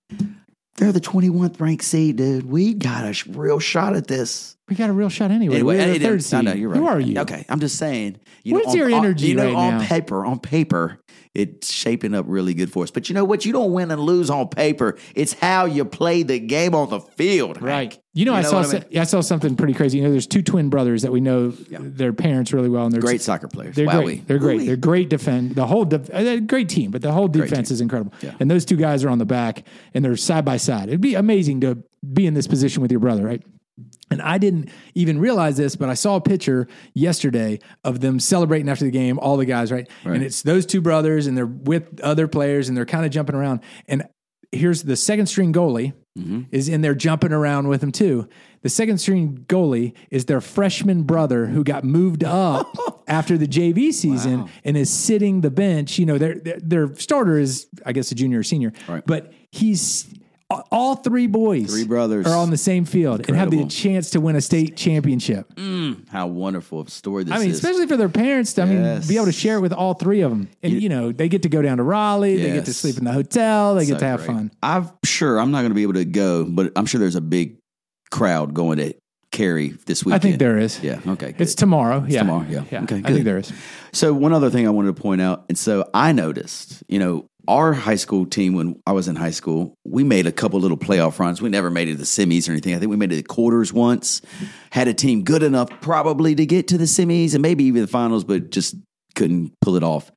Speaker 2: they're the 21th ranked seed, dude. We got a sh- real shot at this.
Speaker 3: We got a real shot anyway.
Speaker 2: Anyway,
Speaker 3: We're
Speaker 2: I-
Speaker 3: the
Speaker 2: I-
Speaker 3: third seed.
Speaker 2: I know, you're right.
Speaker 3: Who are you?
Speaker 2: Okay, I'm just saying. You
Speaker 3: What
Speaker 2: know,
Speaker 3: is your energy
Speaker 2: you know,
Speaker 3: right
Speaker 2: on
Speaker 3: now?
Speaker 2: paper, on paper, it's shaping up really good for us. But you know what? You don't win and lose on paper. It's how you play the game on the field. Hank.
Speaker 3: Right. You know, I
Speaker 2: know
Speaker 3: saw
Speaker 2: what I
Speaker 3: so- I saw something pretty crazy. You know, there's two twin brothers that we know their parents really well and they're
Speaker 2: Great soccer players.
Speaker 3: They're
Speaker 2: Wowie.
Speaker 3: great. They're great.
Speaker 2: Wooey.
Speaker 3: They're great defend. The whole def- uh, they're a great team, but the whole defense is incredible. And those two guys are on the back and they're side by side. It'd be amazing to be in this position with your brother, right? And I didn't even realize this, but I saw a picture yesterday of them celebrating after the game, all the guys, right? And it's those two brothers and they're with other players and they're kind of jumping around. And here's the second string goalie
Speaker 2: Mm-hmm.
Speaker 3: is in there jumping around with them too. The second string goalie is their freshman brother who got moved up after the JV season and is sitting the bench. You know, their their, their starter is I guess a junior or senior, but he's all three boys,
Speaker 2: Three brothers.
Speaker 3: are on the same field and have
Speaker 2: Incredible.
Speaker 3: the chance to win a state championship.
Speaker 2: How wonderful of a story Mm-hmm. this
Speaker 3: I mean,
Speaker 2: is.
Speaker 3: especially for their parents to I mean, be able to share it with all three of them. And, you know, they get to go down to Raleigh, they get to
Speaker 2: Yes.
Speaker 3: sleep in the hotel, they get
Speaker 2: So
Speaker 3: to have
Speaker 2: great.
Speaker 3: fun.
Speaker 2: I'm sure I'm not going to be able to go, but I'm sure there's a big crowd going to Cary this
Speaker 3: I
Speaker 2: weekend.
Speaker 3: think there is.
Speaker 2: Yeah. Okay.
Speaker 3: It's
Speaker 2: good.
Speaker 3: tomorrow. yeah.
Speaker 2: tomorrow, yeah. Okay,
Speaker 3: I think
Speaker 2: good.
Speaker 3: there is.
Speaker 2: so one other thing I wanted to point out, and so I noticed, you know, our high school team when I was in high school, we made a couple little playoff runs. We never made it to the semis or anything. I think we made it to quarters once. Had a team good enough probably to get to the semis and maybe even the finals, but just couldn't pull it off.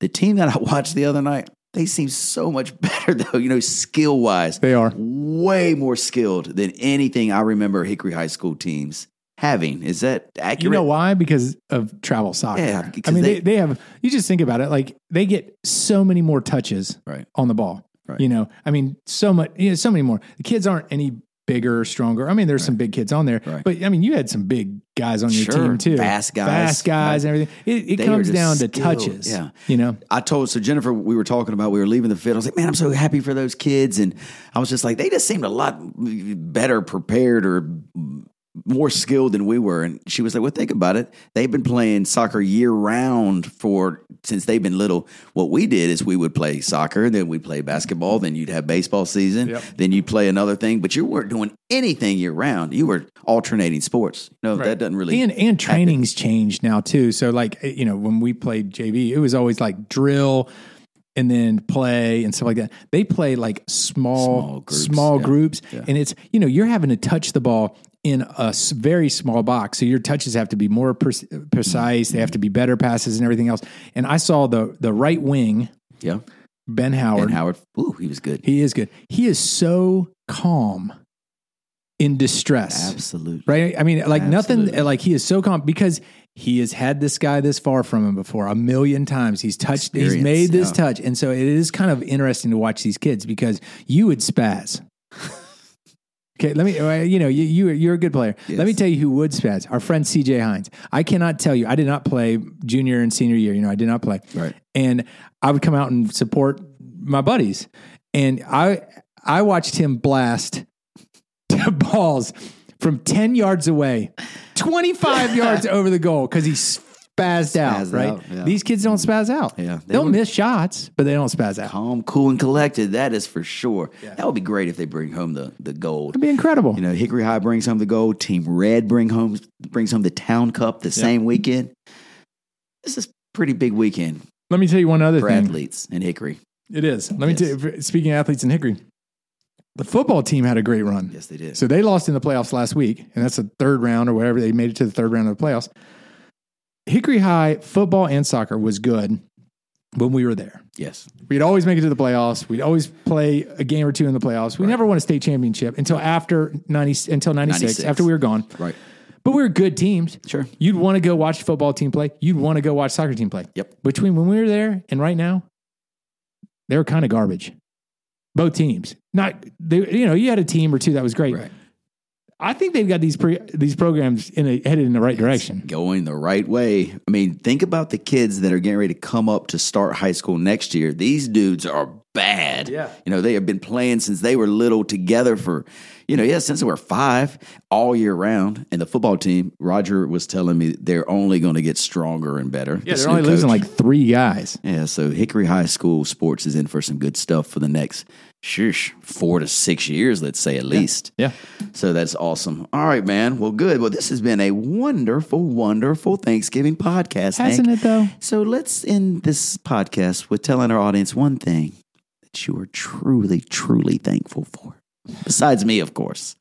Speaker 2: The team that I watched the other night, they seem so much better though, you know, skill wise
Speaker 3: They are.
Speaker 2: way more skilled than anything I remember Hickory High School teams having. Is that accurate?
Speaker 3: You know why? Because of travel soccer.
Speaker 2: Yeah,
Speaker 3: I
Speaker 2: because
Speaker 3: mean, they,
Speaker 2: they-
Speaker 3: they have, you just think about it, like they get so many more touches
Speaker 2: Right.
Speaker 3: on the ball.
Speaker 2: Right.
Speaker 3: You know, I mean, so much, you know, so many more. The kids aren't any bigger or stronger. I mean, there's some big kids on there,
Speaker 2: Right.
Speaker 3: but I mean, you had some big guys on your
Speaker 2: Sure.
Speaker 3: team too.
Speaker 2: Fast guys.
Speaker 3: Fast guys and everything. It, it
Speaker 2: They
Speaker 3: comes
Speaker 2: are just
Speaker 3: down to
Speaker 2: skilled.
Speaker 3: touches.
Speaker 2: Yeah.
Speaker 3: You know,
Speaker 2: I told so Jennifer we were talking about we were leaving the field. I was like, man, I'm so happy for those kids, and I was just like, they just seemed a lot better prepared or more skilled than we were. And she was like, well, think about it. They've been playing soccer year round for since they've been little. What we did is we would play soccer, and then we'd play basketball, then you'd have baseball season, then you'd play another thing. But you weren't doing anything year round. You were alternating sports. No, that doesn't really
Speaker 3: and and training's changed now too. So like eh, you know, when we played JV, it was always like drill and then play and stuff like that. They play like small small
Speaker 2: Small
Speaker 3: groups,
Speaker 2: groups, yeah.
Speaker 3: and it's you know you're having to touch the ball in a s- very small box, so your touches have to be more pers- precise. They have to be better passes and everything else. And I saw the the right wing
Speaker 2: yeah.
Speaker 3: Ben Howard.
Speaker 2: And Howard, ooh, he was good.
Speaker 3: He is good. He is so calm in distress.
Speaker 2: Absolutely.
Speaker 3: Right. I mean, like nothing,
Speaker 2: Absolutely.
Speaker 3: like he is so calm because he has had this guy this far from him before a million times. He's touched, he's
Speaker 2: Experience,
Speaker 3: made this
Speaker 2: yeah.
Speaker 3: touch. And so it is kind of interesting to watch these kids because you would spaz. Okay, let me. uh, You know, you, you you're a good player. Let me
Speaker 2: Yes.
Speaker 3: tell you who would spaz. Our friend C.J. Hines. I cannot tell you. I did not play junior and senior year. You know, I did not play.
Speaker 2: Right.
Speaker 3: And I would come out and support my buddies, and I I watched him blast to balls from 10 yards away, 25 yards over the goal because he spazzed out,
Speaker 2: Spazzed
Speaker 3: right?
Speaker 2: out, yeah.
Speaker 3: These kids don't spazz out.
Speaker 2: Yeah,
Speaker 3: They
Speaker 2: they
Speaker 3: will
Speaker 2: were-
Speaker 3: miss shots, but they don't spazz out.
Speaker 2: calm, cool, and collected. That is for sure. That would be great if they bring home the, the gold.
Speaker 3: It'd be incredible.
Speaker 2: You know, Hickory High brings home the gold. Team Red bring home brings home the Town Cup the same weekend. This is pretty big weekend
Speaker 3: Let me tell you one other
Speaker 2: for
Speaker 3: thing.
Speaker 2: athletes in Hickory.
Speaker 3: It is. Let me
Speaker 2: Yes.
Speaker 3: tell you, speaking of athletes in Hickory, the football team had a great run.
Speaker 2: Yes, they did.
Speaker 3: So they lost in the playoffs last week, and that's the third round or whatever. They made it to the third round of the playoffs. Hickory High football and soccer was good. when we were there.
Speaker 2: Yes.
Speaker 3: We'd always make it to the playoffs. We'd always play a game or two in the playoffs. We never won a state championship until after 90, until 96,
Speaker 2: 96.
Speaker 3: after we were gone.
Speaker 2: Right.
Speaker 3: But we were good teams.
Speaker 2: Sure.
Speaker 3: You'd want to go watch football team play. You'd want to go watch soccer team play.
Speaker 2: Yep.
Speaker 3: Between when we were there and right now, they're kind of garbage. Both teams. Not they you know, you had a team or two that was great.
Speaker 2: Right.
Speaker 3: I think they've got these pre, these programs in a, headed in the right direction.
Speaker 2: Going the right way. I mean, think about the kids that are getting ready to come up to start high school next year. These dudes are bad.
Speaker 3: Yeah.
Speaker 2: You know, they have been playing since they were little together for, you know, yeah, since they were five all year round. And the football team, Roger was telling me they're only going to get stronger and better.
Speaker 3: Yeah,
Speaker 2: This
Speaker 3: they're
Speaker 2: new
Speaker 3: only losing
Speaker 2: coach.
Speaker 3: like three guys.
Speaker 2: Yeah, so Hickory High School sports is in for some good stuff for the next shush, four to six years, let's say at least.
Speaker 3: Yeah.
Speaker 2: So that's awesome. All right, man. Well, good. Well, this has been a wonderful, wonderful Thanksgiving podcast.
Speaker 3: Hasn't
Speaker 2: Hank.
Speaker 3: it though?
Speaker 2: So let's end this podcast with telling our audience one thing that you are truly, truly thankful for. Besides me, of course.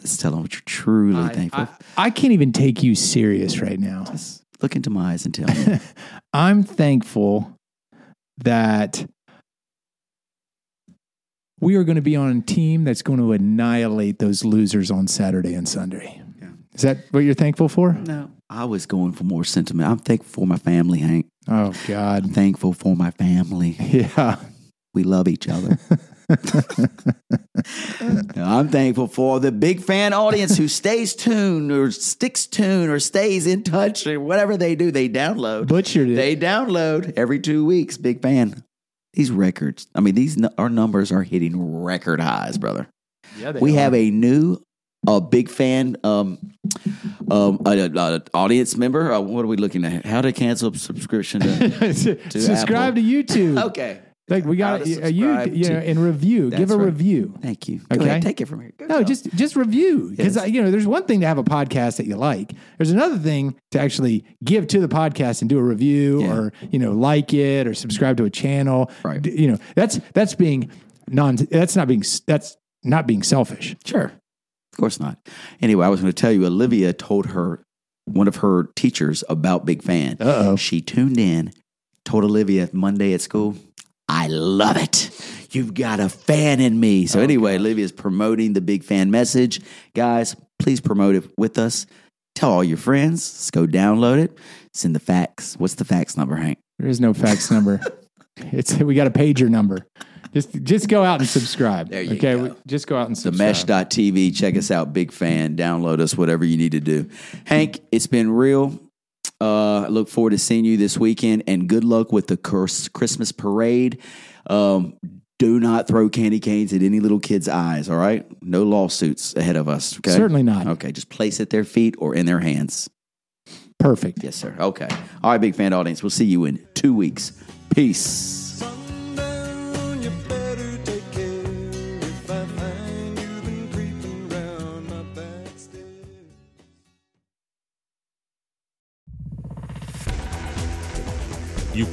Speaker 2: Let's tell them what you're truly thankful
Speaker 3: I,
Speaker 2: for.
Speaker 3: I can't even take you serious right now.
Speaker 2: Look into my eyes and tell me.
Speaker 3: I'm thankful that we are going to be on a team that's going to annihilate those losers on Saturday and Sunday. Is that what you're thankful for?
Speaker 2: no. I was going for more sentiment. I'm thankful for my family, Hank.
Speaker 3: Oh God,
Speaker 2: thankful for my family.
Speaker 3: yeah.
Speaker 2: We love each other. I'm thankful for the big fan audience who stays tuned or sticks tuned or stays in touch or whatever they do. They download.
Speaker 3: Butchered it.
Speaker 2: They download every two weeks. Big fan. These records. I mean, these nu- our numbers are hitting record highs, brother.
Speaker 3: yeah
Speaker 2: We have a new, a big fan, um, um, a, a- a audience member. Uh, what are we looking at? How to cancel subscription? to-
Speaker 3: subscribe
Speaker 2: Apple.
Speaker 3: to YouTube.
Speaker 2: okay.
Speaker 3: Like we got
Speaker 2: How
Speaker 3: a
Speaker 2: to
Speaker 3: you,
Speaker 2: subscribe
Speaker 3: you know,
Speaker 2: to-
Speaker 3: and review.
Speaker 2: That's
Speaker 3: Give a
Speaker 2: right.
Speaker 3: review.
Speaker 2: Thank you. Go
Speaker 3: Okay.
Speaker 2: ahead, take it from here. Go
Speaker 3: No,
Speaker 2: ahead.
Speaker 3: just just review because
Speaker 2: Yes.
Speaker 3: you know there's one thing to have a podcast that you like. There's another thing to actually give to the podcast and do a review
Speaker 2: Yeah.
Speaker 3: or you know like it or subscribe to a channel.
Speaker 2: Right.
Speaker 3: D- You know that's that's being non. That's not being s- that's not being selfish.
Speaker 2: sure. Of course not. Anyway, I was going to tell you, Olivia told her one of her teachers about Big Fan.
Speaker 3: Uh-oh.
Speaker 2: She tuned in, told Olivia Monday at school, I love it. You've got a fan in me.
Speaker 3: Oh,
Speaker 2: So anyway, Olivia's promoting the Big Fan message. Guys, please promote it with us. Tell all your friends. Let's go download it. Send the fax. What's the fax number, Hank?
Speaker 3: There is no fax number. It's we got a pager number. Just just go out and subscribe.
Speaker 2: There you
Speaker 3: okay,
Speaker 2: go.
Speaker 3: We- just go out and
Speaker 2: the
Speaker 3: subscribe.
Speaker 2: mesh.tv check us out big fan download us whatever you need to do hank it's been real uh, I look forward to seeing you this weekend and good luck with the curse christmas parade um, do not throw candy canes at any little kid's eyes all right no lawsuits ahead of us okay
Speaker 3: Certainly not.
Speaker 2: okay just place at their feet or in their hands
Speaker 3: Perfect.
Speaker 2: yes sir okay all right big fan audience we'll see you in two weeks peace
Speaker 4: Sundown, you better take care. If I find you've been creeping round my back stairs.
Speaker 1: You've